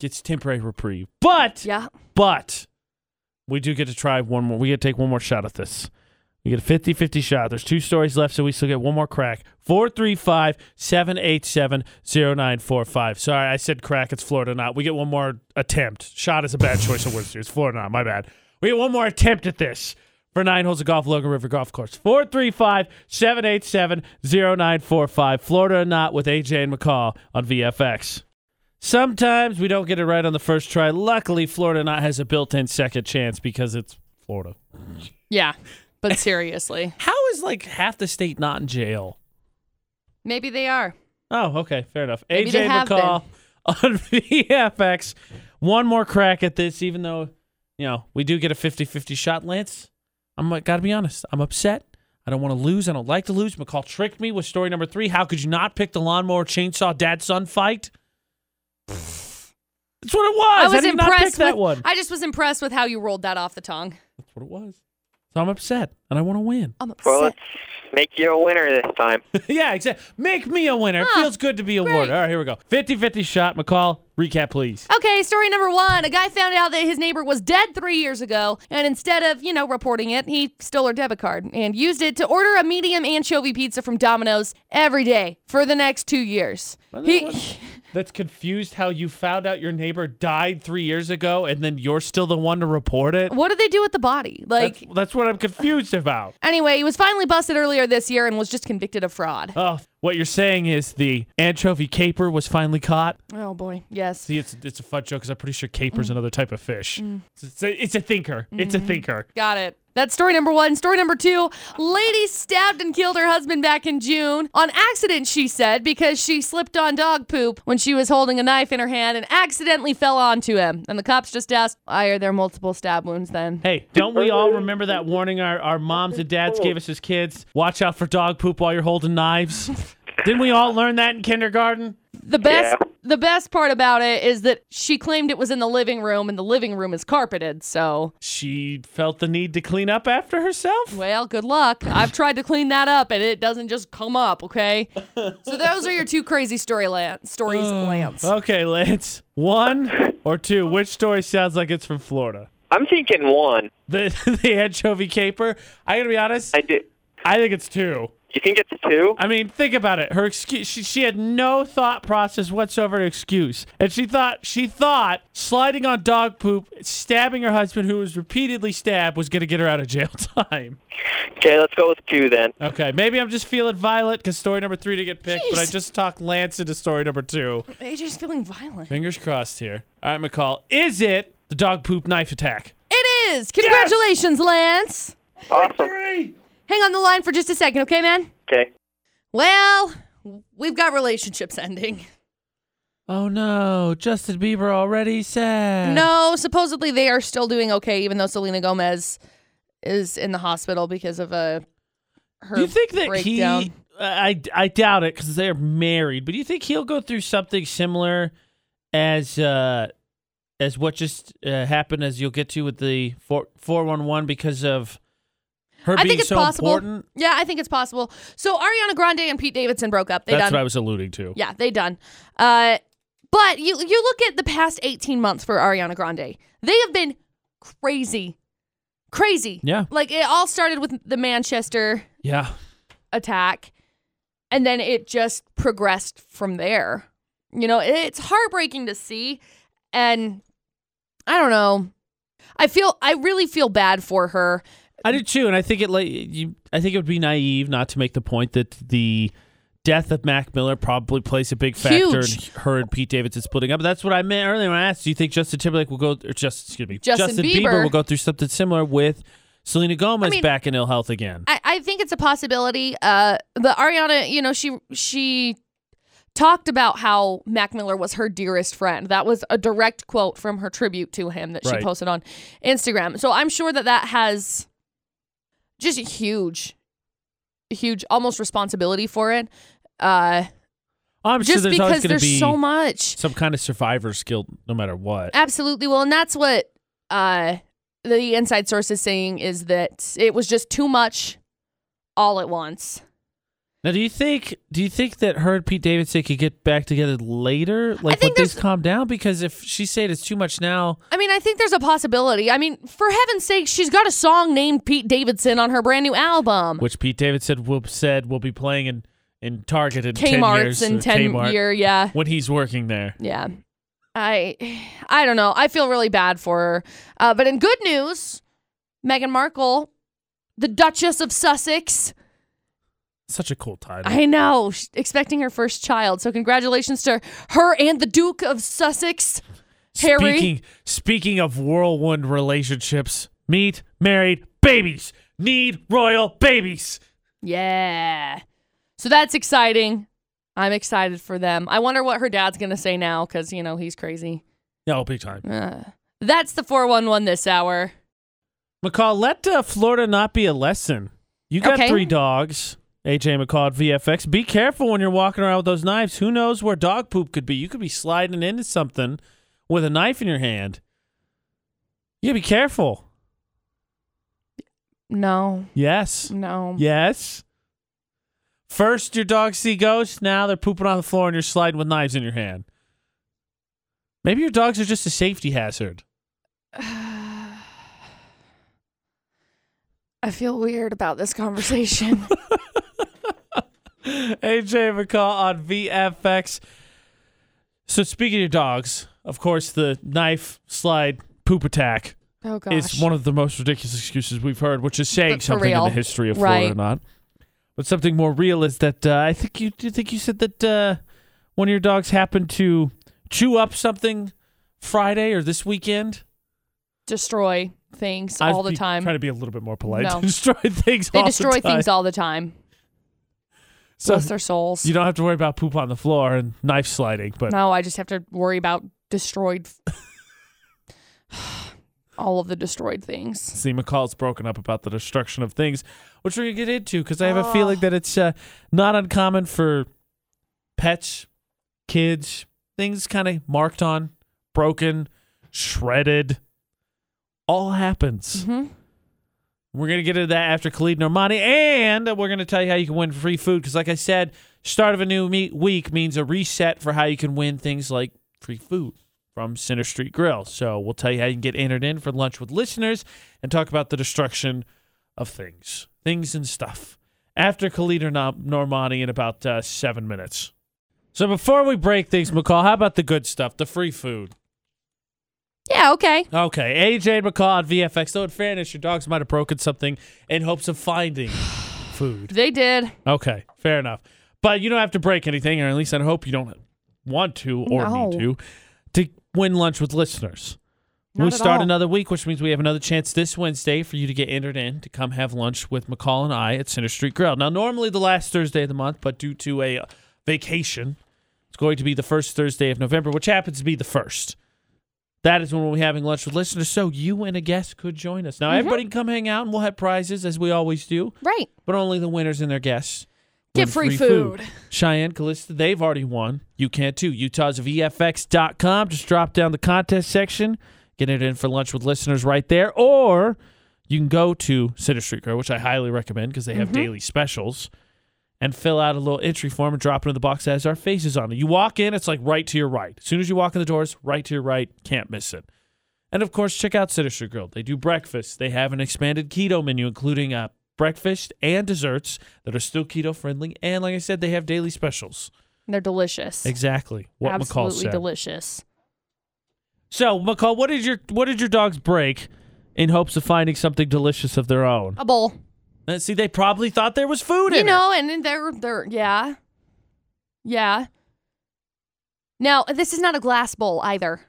[SPEAKER 1] gets temporary reprieve. But,
[SPEAKER 2] Yeah.
[SPEAKER 1] but we do get to try one more. We get to take one more shot at this. We get a 50 50 shot. There's two stories left, so we still get one more crack. 435 787 0945. Sorry, I said crack. It's Florida not. We get one more attempt. Shot is a bad choice of words. It's Florida not. My bad. We get one more attempt at this for nine holes of golf, Logan River Golf Course. 435 787 0945. Florida or not with AJ and McCall on VFX. Sometimes we don't get it right on the first try. Luckily, Florida not has a built in second chance because it's Florida.
[SPEAKER 2] Yeah. But seriously.
[SPEAKER 1] How is like half the state not in jail?
[SPEAKER 2] Maybe they are.
[SPEAKER 1] Oh, okay, fair enough.
[SPEAKER 2] Maybe
[SPEAKER 1] AJ
[SPEAKER 2] they have
[SPEAKER 1] McCall on VFX. One more crack at this, even though, you know, we do get a 50 50 shot, Lance. I'm like, gotta be honest. I'm upset. I don't want to lose. I don't like to lose. McCall tricked me with story number three. How could you not pick the lawnmower chainsaw dad son fight? That's what it was.
[SPEAKER 2] I was
[SPEAKER 1] did not pick
[SPEAKER 2] impressed
[SPEAKER 1] that
[SPEAKER 2] with,
[SPEAKER 1] one.
[SPEAKER 2] I just was impressed with how you rolled that off the tongue.
[SPEAKER 1] That's what it was. So I'm upset and I want to win.
[SPEAKER 2] I'm upset.
[SPEAKER 4] Well, let's make you a winner this time.
[SPEAKER 1] yeah, exactly. Make me a winner.
[SPEAKER 2] Ah,
[SPEAKER 1] it feels good to be awarded.
[SPEAKER 2] great.
[SPEAKER 1] All right, here we go. 50 50 shot. McCall, recap, please.
[SPEAKER 2] Okay, story number one. A guy found out that his neighbor was dead three years ago, and instead of, you know, reporting it, he stole her debit card and used it to order a medium anchovy pizza from Domino's every day for the next two years. He,
[SPEAKER 1] that's confused how you found out your neighbor died three years ago and then you're still the one to report it.
[SPEAKER 2] what did they do with the body? Like,
[SPEAKER 1] that's, that's what I'm confused about.
[SPEAKER 2] anyway, he was finally busted earlier this year and was just convicted of fraud.
[SPEAKER 1] Oh, what you're saying is the anchovy caper was finally caught.
[SPEAKER 2] Oh, boy. Yes.
[SPEAKER 1] See, it's
[SPEAKER 2] Mm. Mm-hmm.
[SPEAKER 1] it's a fun joke because I'm pretty sure caper's another type of fish. It's, a, it's a thinker. It's a thinker.
[SPEAKER 2] Got it. That's story number one. Story number two lady stabbed and killed her husband back in June on accident, she said, because she slipped on dog poop when she was holding a knife in her hand and accidentally fell onto him. And the cops just asked, Why are there multiple stab wounds then?
[SPEAKER 1] Hey, don't we all remember that warning our, our moms and dads gave us as kids? Watch out for dog poop while you're holding knives. Didn't we all learn that in kindergarten?
[SPEAKER 2] The best
[SPEAKER 4] Yeah.
[SPEAKER 2] the best part about it is that she claimed it was in the living room and the living room is carpeted, so
[SPEAKER 1] She felt the need to clean up after herself?
[SPEAKER 2] Well, good luck. I've tried to clean that up and it doesn't just come up, okay? so those are your two crazy story lan- stories, Lance.
[SPEAKER 1] Okay, Lance. One or two? Which story sounds like it's from Florida?
[SPEAKER 4] I'm thinking one.
[SPEAKER 1] The, the anchovy caper? I gotta be honest,
[SPEAKER 4] I do.
[SPEAKER 1] I think it's two.
[SPEAKER 4] You think it's two?
[SPEAKER 1] I mean, think about it. Her excuse, she, she had no thought process whatsoever to excuse. And she thought, she thought sliding on dog poop, stabbing her husband, who was repeatedly stabbed, was going to get her out of jail time.
[SPEAKER 4] Okay, let's go with two then.
[SPEAKER 1] Okay, maybe I'm just feeling violent because story number three to get picked, but I
[SPEAKER 2] Jeez.
[SPEAKER 1] just talked Lance into story number two.
[SPEAKER 2] AJ's feeling violent.
[SPEAKER 1] Fingers crossed here. All right, McCall. Is it the dog poop knife attack?
[SPEAKER 2] It is! Congratulations, Lance!
[SPEAKER 4] Awesome.
[SPEAKER 1] Three.
[SPEAKER 2] Hang on the line for just a second, okay, man?
[SPEAKER 4] Okay.
[SPEAKER 2] Well, we've got relationships ending.
[SPEAKER 1] Oh no, Justin Bieber already sad.
[SPEAKER 2] No, supposedly they are still doing okay, even though Selena Gomez is in the hospital because of a her
[SPEAKER 1] Do you think that
[SPEAKER 2] breakdown.
[SPEAKER 1] he? I I doubt it because they're married. But do you think he'll go through something similar as uh as what just uh, happened? As you'll get to with the four four one one because of her
[SPEAKER 2] I
[SPEAKER 1] being
[SPEAKER 2] think it's
[SPEAKER 1] so
[SPEAKER 2] possible.
[SPEAKER 1] important.
[SPEAKER 2] Yeah, I think it's possible. So Ariana Grande and Pete Davidson broke up. They
[SPEAKER 1] That's
[SPEAKER 2] done.
[SPEAKER 1] what I was alluding to.
[SPEAKER 2] Yeah, they done. Uh, but you you look at the past 18 months for Ariana Grande. They have been crazy. Crazy.
[SPEAKER 1] Yeah.
[SPEAKER 2] Like it all started with the Manchester
[SPEAKER 1] Yeah.
[SPEAKER 2] attack and then it just progressed from there. You know, it's heartbreaking to see and I don't know. I feel I really feel bad for her.
[SPEAKER 1] I do too, and I think it like you. I think it would be naive not to make the point that the death of Mac Miller probably plays a big factor
[SPEAKER 2] Huge.
[SPEAKER 1] in her and Pete Davidson splitting up. But that's what I meant earlier when I asked, do you think Justin Timberlake will go, or just excuse me,
[SPEAKER 2] Justin
[SPEAKER 1] Bieber.
[SPEAKER 2] Bieber.
[SPEAKER 1] will go through something similar with Selena Gomez
[SPEAKER 2] I mean-
[SPEAKER 1] back in ill health again?
[SPEAKER 2] I, I think it's a possibility. Uh, the Ariana, you know, she she talked about how Mac Miller was her dearest friend. That was a direct quote from her tribute to him that she
[SPEAKER 1] Right.
[SPEAKER 2] posted on Instagram. So I'm sure that that has just huge, huge, almost responsibility for it. Uh,
[SPEAKER 1] I'm sure
[SPEAKER 2] just
[SPEAKER 1] there's
[SPEAKER 2] because
[SPEAKER 1] always going
[SPEAKER 2] there's
[SPEAKER 1] to be
[SPEAKER 2] so much.
[SPEAKER 1] some kind of survivor's guilt, no matter what.
[SPEAKER 2] Absolutely. Well, and that's what uh, the inside source is saying is that it was just too much all at once.
[SPEAKER 1] Now, do you think do you think that her and Pete Davidson could get back together later? Like
[SPEAKER 2] think
[SPEAKER 1] when things
[SPEAKER 2] there's-
[SPEAKER 1] calm down? Because if she's saying it's too much now,
[SPEAKER 2] I mean, I think there's a possibility. I mean, for heaven's sake, she's got a song named Pete Davidson on her brand new album.
[SPEAKER 1] which Pete Davidson will said will be playing in in Target in ten years
[SPEAKER 2] Kmart's in
[SPEAKER 1] or
[SPEAKER 2] 10
[SPEAKER 1] Kmart,
[SPEAKER 2] year, yeah.
[SPEAKER 1] when he's working there.
[SPEAKER 2] Yeah. I I don't know. I feel really bad for her. Uh, but in good news, Meghan Markle, the Duchess of Sussex,
[SPEAKER 1] Such a cool title.
[SPEAKER 2] I know, she's expecting her first child. So congratulations to her and the Duke of Sussex. Harry.
[SPEAKER 1] Speaking speaking of whirlwind relationships, meet married babies need royal babies.
[SPEAKER 2] Yeah. So that's exciting. I'm excited for them. I wonder what her dad's going to say now because, you know, he's crazy.
[SPEAKER 1] No, big time.
[SPEAKER 2] Uh, that's the 411 this hour.
[SPEAKER 1] McCall, let uh, Florida not be a lesson. You got
[SPEAKER 2] Okay.
[SPEAKER 1] three dogs. AJ McCall at VFX. Be careful when you're walking around with those knives. Who knows where dog poop could be? You could be sliding into something with a knife in your hand. You gotta be careful.
[SPEAKER 2] No,
[SPEAKER 1] Yes.
[SPEAKER 2] no.
[SPEAKER 1] Yes. First, your dogs see ghosts. Now they're pooping on the floor and you're sliding with knives in your hand. Maybe your dogs are just a safety hazard.
[SPEAKER 2] I feel weird about this conversation.
[SPEAKER 1] AJ McCall on VFX. So, speaking of your dogs, of course, the knife slide poop attack
[SPEAKER 2] oh, gosh.
[SPEAKER 1] is one of the most ridiculous excuses we've heard, which is saying
[SPEAKER 2] But for
[SPEAKER 1] something in
[SPEAKER 2] real.
[SPEAKER 1] the history of
[SPEAKER 2] Right.
[SPEAKER 1] Florida or not. But something more real is that uh, I think you do you think you said that uh, one of your dogs happened to chew up something Friday or this weekend.
[SPEAKER 2] Destroy. things
[SPEAKER 1] I've
[SPEAKER 2] all the
[SPEAKER 1] be-
[SPEAKER 2] time.
[SPEAKER 1] Trying to be a little bit more polite.
[SPEAKER 2] No.
[SPEAKER 1] destroy things.
[SPEAKER 2] they
[SPEAKER 1] all
[SPEAKER 2] destroy
[SPEAKER 1] the time.
[SPEAKER 2] things all the time.
[SPEAKER 1] So
[SPEAKER 2] Bless their souls.
[SPEAKER 1] you don't have to worry about poop on the floor and knife sliding. But
[SPEAKER 2] No, I just have to worry about destroyed. all of the destroyed things.
[SPEAKER 1] see, McCall's broken up about the destruction of things, which we're gonna get into because I have a feeling that it's uh, not uncommon for pets, kids, things kind of marked on, broken, shredded. All happens.
[SPEAKER 2] Mhm.
[SPEAKER 1] We're going to get into that after Khalid Normani, and we're going to tell you how you can win free food. Because, like I said, start of a new meet week means a reset for how you can win things like free food from Center Street Grill. So, we'll tell you how you can get entered in for lunch with listeners and talk about the destruction of things, things and stuff. After Khalid Norm- Normani in about uh, seven minutes. So, before we break things, McCall, how about the good stuff, the free food?
[SPEAKER 2] Yeah. Okay.
[SPEAKER 1] Okay, AJ McCall at VFX. Though, in fairness, your dogs might have broken something in hopes of finding food.
[SPEAKER 2] They did.
[SPEAKER 1] Okay, fair enough. But you don't have to break anything, or at least I hope you don't want to or
[SPEAKER 2] No.
[SPEAKER 1] need to, to win lunch with listeners.
[SPEAKER 2] Not
[SPEAKER 1] we
[SPEAKER 2] at
[SPEAKER 1] start
[SPEAKER 2] all.
[SPEAKER 1] another week, which means we have another chance this Wednesday for you to get entered in to come have lunch with McCall and I at Center Street Grill. Now, normally the last Thursday of the month, but due to a uh, vacation, it's going to be the first Thursday of November, which happens to be the first. That is when we'll be having lunch with listeners. So you and a guest could join us. Now,
[SPEAKER 2] Mm-hmm.
[SPEAKER 1] everybody can come hang out and we'll have prizes as we always do,
[SPEAKER 2] Right.
[SPEAKER 1] but only the winners and their guests.
[SPEAKER 2] Get
[SPEAKER 1] win
[SPEAKER 2] free food.
[SPEAKER 1] Cheyenne, Callista, they've already won. You can too. Utah's VFX.com. Just drop down the contest section, get it in for lunch with listeners right there. Or you can go to Center Street Grill, which I highly recommend because they have
[SPEAKER 2] Mm-hmm.
[SPEAKER 1] daily specials, and fill out a little entry form and drop it in the box that has our faces on it. You walk in, it's like right to your right. As soon as you walk in the doors, right to your right, can't miss it. And of course, check out Sinister Grill. They do breakfast. They have an expanded keto menu, including uh, breakfast and desserts that are still keto friendly. And like I said, they have daily specials.
[SPEAKER 2] They're delicious.
[SPEAKER 1] Exactly what McCall
[SPEAKER 2] Absolutely
[SPEAKER 1] said.
[SPEAKER 2] delicious.
[SPEAKER 1] so McCall, what did your what did your dogs break in hopes of finding something delicious of their own?
[SPEAKER 2] A bowl.
[SPEAKER 1] Uh, See, they probably thought there was food
[SPEAKER 2] you
[SPEAKER 1] in
[SPEAKER 2] know, and then they're they're yeah, yeah. Now this is not a glass bowl either;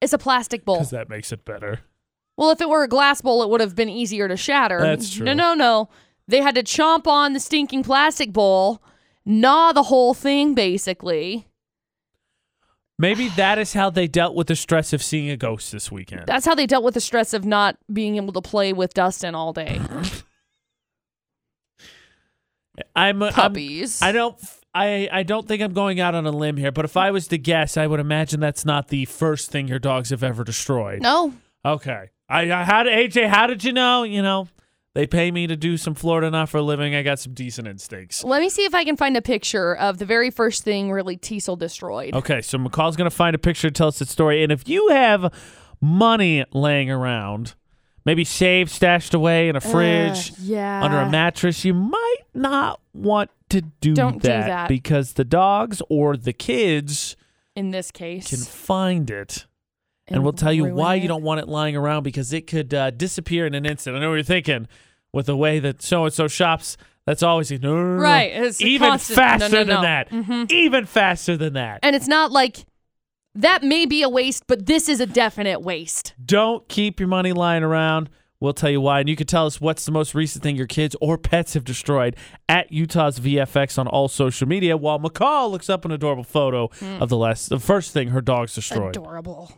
[SPEAKER 2] it's a plastic bowl.
[SPEAKER 1] because that makes it better.
[SPEAKER 2] well, if it were a glass bowl, it would have been easier to shatter.
[SPEAKER 1] That's true.
[SPEAKER 2] No, no, no. They had to chomp on the stinking plastic bowl, gnaw the whole thing, basically.
[SPEAKER 1] Maybe that is how they dealt with the stress of seeing a ghost this weekend.
[SPEAKER 2] That's how they dealt with the stress of not being able to play with Dustin all day.
[SPEAKER 1] I'm, I'm
[SPEAKER 2] Puppies.
[SPEAKER 1] I don't. I, I don't think I'm going out on a limb here, but if I was to guess, I would imagine that's not the first thing your dogs have ever destroyed.
[SPEAKER 2] No,
[SPEAKER 1] Okay. I, I how did AJ? How did you know? You know, they pay me to do some Florida not for a living. I got some decent instincts.
[SPEAKER 2] let me see if I can find a picture of the very first thing really Teasel destroyed.
[SPEAKER 1] Okay, so McCall's gonna find a picture to tell us the story, and if you have money laying around, maybe saved, stashed away in a fridge,
[SPEAKER 2] Uh, yeah.
[SPEAKER 1] under a mattress, you might not want to do
[SPEAKER 2] Don't do
[SPEAKER 1] that,
[SPEAKER 2] that.
[SPEAKER 1] because the dogs or the kids
[SPEAKER 2] in this case.
[SPEAKER 1] can find it. and, we'll tell you why you don't want it lying around because it could uh, disappear in an instant. I know what you're thinking with the way that so and so shops. That's always no, no, no, no.
[SPEAKER 2] Right, it's a
[SPEAKER 1] even
[SPEAKER 2] constant- no,
[SPEAKER 1] faster
[SPEAKER 2] no,
[SPEAKER 1] than
[SPEAKER 2] no.
[SPEAKER 1] that. Even faster than that.
[SPEAKER 2] And it's not like that may be a waste, but this is a definite waste.
[SPEAKER 1] Don't keep your money lying around. We'll tell you why, and you can tell us what's the most recent thing your kids or pets have destroyed at Utah's VFX on all social media. While McCall looks up an adorable photo
[SPEAKER 2] Hmm.
[SPEAKER 1] of the last, the first thing her dog's destroyed.
[SPEAKER 2] Adorable.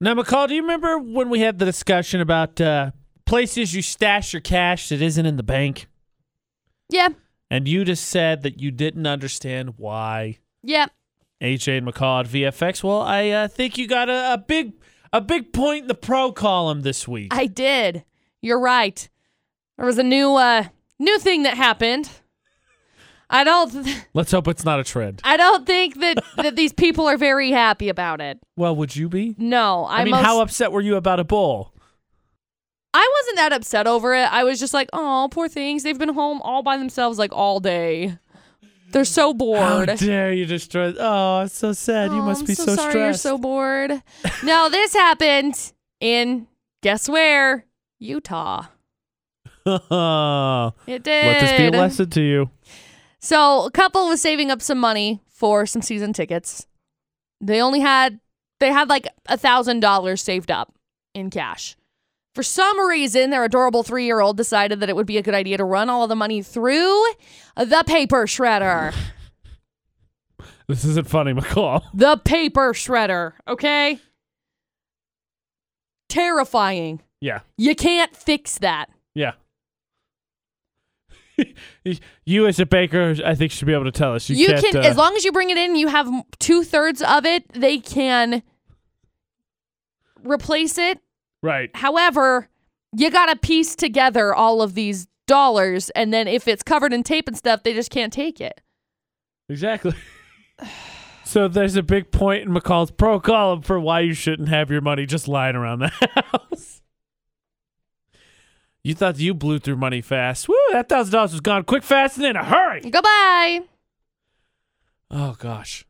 [SPEAKER 1] Now, McCall, do you remember when we had the discussion about uh, places you stash your cash that isn't in the bank?
[SPEAKER 2] Yeah,
[SPEAKER 1] And you just said that you didn't understand why
[SPEAKER 2] yeah.
[SPEAKER 1] AJ and McCall at VFX. Well, I uh, think you got a, a big a big point in the pro column this week.
[SPEAKER 2] I did. You're right. There was a new uh new thing that happened. I don't th-
[SPEAKER 1] Let's hope it's not a trend.
[SPEAKER 2] I don't think that that these people are very happy about it.
[SPEAKER 1] Well, would you be?
[SPEAKER 2] No, I,
[SPEAKER 1] I mean,
[SPEAKER 2] most,
[SPEAKER 1] how upset were you about a bowl?
[SPEAKER 2] I wasn't that upset over it. I was just like, "Oh, poor things. They've been home all by themselves like all day. They're so bored."
[SPEAKER 1] How dare you destroy? Oh, it's so sad. you
[SPEAKER 2] Oh,
[SPEAKER 1] must
[SPEAKER 2] I'm
[SPEAKER 1] be
[SPEAKER 2] so,
[SPEAKER 1] so
[SPEAKER 2] sorry
[SPEAKER 1] stressed.
[SPEAKER 2] You're so bored. no, this happened in guess where? Utah. It did.
[SPEAKER 1] Let this be a lesson to you.
[SPEAKER 2] So a couple was saving up some money for some season tickets. They only had they had like a thousand dollars saved up in cash. For some reason, their adorable three year old decided that it would be a good idea to run all of the money through the paper shredder.
[SPEAKER 1] This isn't funny, McCall.
[SPEAKER 2] The paper shredder, okay? Terrifying.
[SPEAKER 1] Yeah.
[SPEAKER 2] You can't fix that.
[SPEAKER 1] Yeah. you as a baker, I think should be able to tell us. You,
[SPEAKER 2] You,
[SPEAKER 1] can't,
[SPEAKER 2] can,
[SPEAKER 1] uh,
[SPEAKER 2] as long as you bring it in, you have two thirds of it, they can replace it
[SPEAKER 1] right.
[SPEAKER 2] However, you got to piece together all of these dollars, and then if it's covered in tape and stuff, they just can't take it.
[SPEAKER 1] Exactly. so there's a big point in McCall's pro column for why you shouldn't have your money just lying around the house. You thought you blew through money fast. Woo, that thousand dollars was gone quick, fast, and in a hurry.
[SPEAKER 2] Goodbye.
[SPEAKER 1] Oh gosh.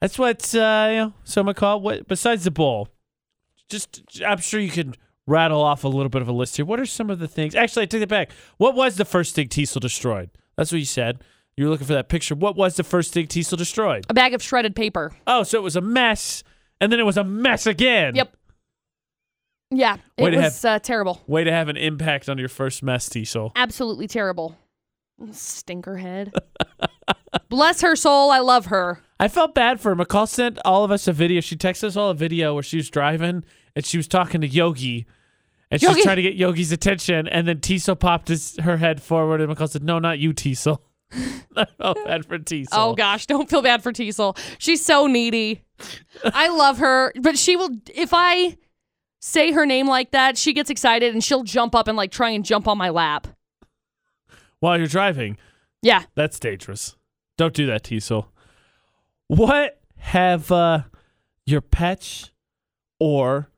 [SPEAKER 1] That's what uh you know, so McCall, what besides the bowl, just I'm sure you could rattle off a little bit of a list here. What are some of the things actually I take that back. What was the first thing Teasel destroyed? That's what you said. You were looking for that picture. What was the first thing Teasel destroyed?
[SPEAKER 2] A bag of shredded paper.
[SPEAKER 1] Oh, so it was a mess, and then it was a mess again.
[SPEAKER 2] Yep. Yeah, it
[SPEAKER 1] Way to
[SPEAKER 2] was uh, terrible.
[SPEAKER 1] Way to have an impact on your first mess, Teasel.
[SPEAKER 2] Absolutely terrible. Stinkerhead. Bless her soul. I love her.
[SPEAKER 1] I felt bad for her. McCall sent all of us a video. She texted us all a video where she was driving and she was talking to Yogi. And she was
[SPEAKER 2] Yogi.
[SPEAKER 1] trying to get Yogi's attention. And then Teasel popped his, her head forward and McCall said, No, not you, Teasel. I felt bad for Teasel.
[SPEAKER 2] Oh gosh, don't feel bad for Teasel. She's so needy. I love her, but she will. If I say her name like that, she gets excited and she'll jump up and like try and jump on my lap.
[SPEAKER 1] While you're driving,
[SPEAKER 2] Yeah.
[SPEAKER 1] that's dangerous. Don't do that, Teasel. What have uh, your pets or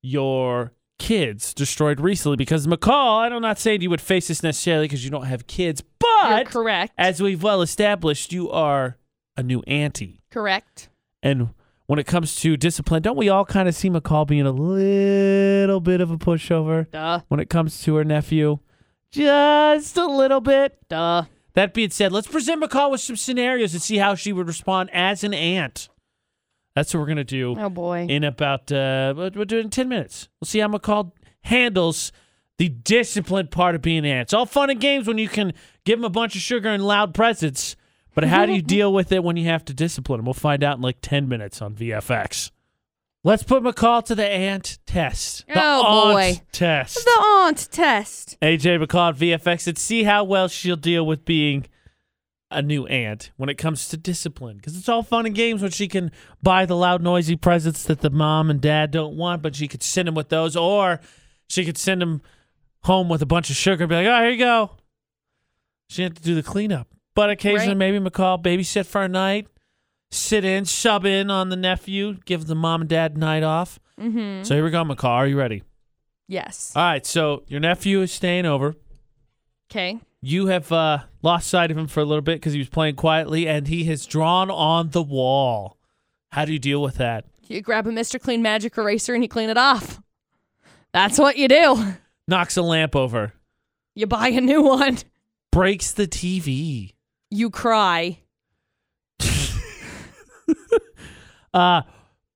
[SPEAKER 1] your kids destroyed recently? Because McCall, I don't not saying you would face this necessarily because you don't have kids,
[SPEAKER 2] You're
[SPEAKER 1] but
[SPEAKER 2] correct.
[SPEAKER 1] as we've well established, you are a new auntie.
[SPEAKER 2] correct.
[SPEAKER 1] And when it comes to discipline, don't we all kind of see McCall being a little bit of a pushover
[SPEAKER 2] Duh.
[SPEAKER 1] when it comes to her nephew? Just a little bit.
[SPEAKER 2] Duh.
[SPEAKER 1] That being said, let's present McCall with some scenarios and see how she would respond as an aunt. That's what we're gonna do
[SPEAKER 2] Oh boy.
[SPEAKER 1] in about uh, we'll we'll do it in ten minutes. We'll see how McCall handles the disciplined part of being an aunt. It's all fun and games when you can give them a bunch of sugar and loud presents, but how do you deal with it when you have to discipline them? We'll find out in like ten minutes on VFX. Let's put McCall to the aunt test. The
[SPEAKER 2] Oh,
[SPEAKER 1] aunt
[SPEAKER 2] boy.
[SPEAKER 1] Test.
[SPEAKER 2] the aunt test.
[SPEAKER 1] AJ McCall at VFX and see how well she'll deal with being a new aunt when it comes to discipline. Because it's all fun and games when she can buy the loud, noisy presents that the mom and dad don't want, but she could send them with those, or she could send them home with a bunch of sugar and be like, oh, here you go. She had to do the cleanup. But occasionally,
[SPEAKER 2] Right.
[SPEAKER 1] maybe McCall babysit for a night, sit in, sub in on the nephew, give the mom and dad night off.
[SPEAKER 2] Mm-hmm.
[SPEAKER 1] So here we go, McCall. Are you ready?
[SPEAKER 2] Yes.
[SPEAKER 1] All right. So your nephew is staying over.
[SPEAKER 2] Okay.
[SPEAKER 1] you have uh, lost sight of him for a little bit because he was playing quietly and he has drawn on the wall. How do you deal with that?
[SPEAKER 2] You grab a Mr. Clean magic eraser and you clean it off. That's what you do.
[SPEAKER 1] Knocks a lamp over,
[SPEAKER 2] You buy a new one.
[SPEAKER 1] breaks the TV.
[SPEAKER 2] You cry.
[SPEAKER 1] Uh,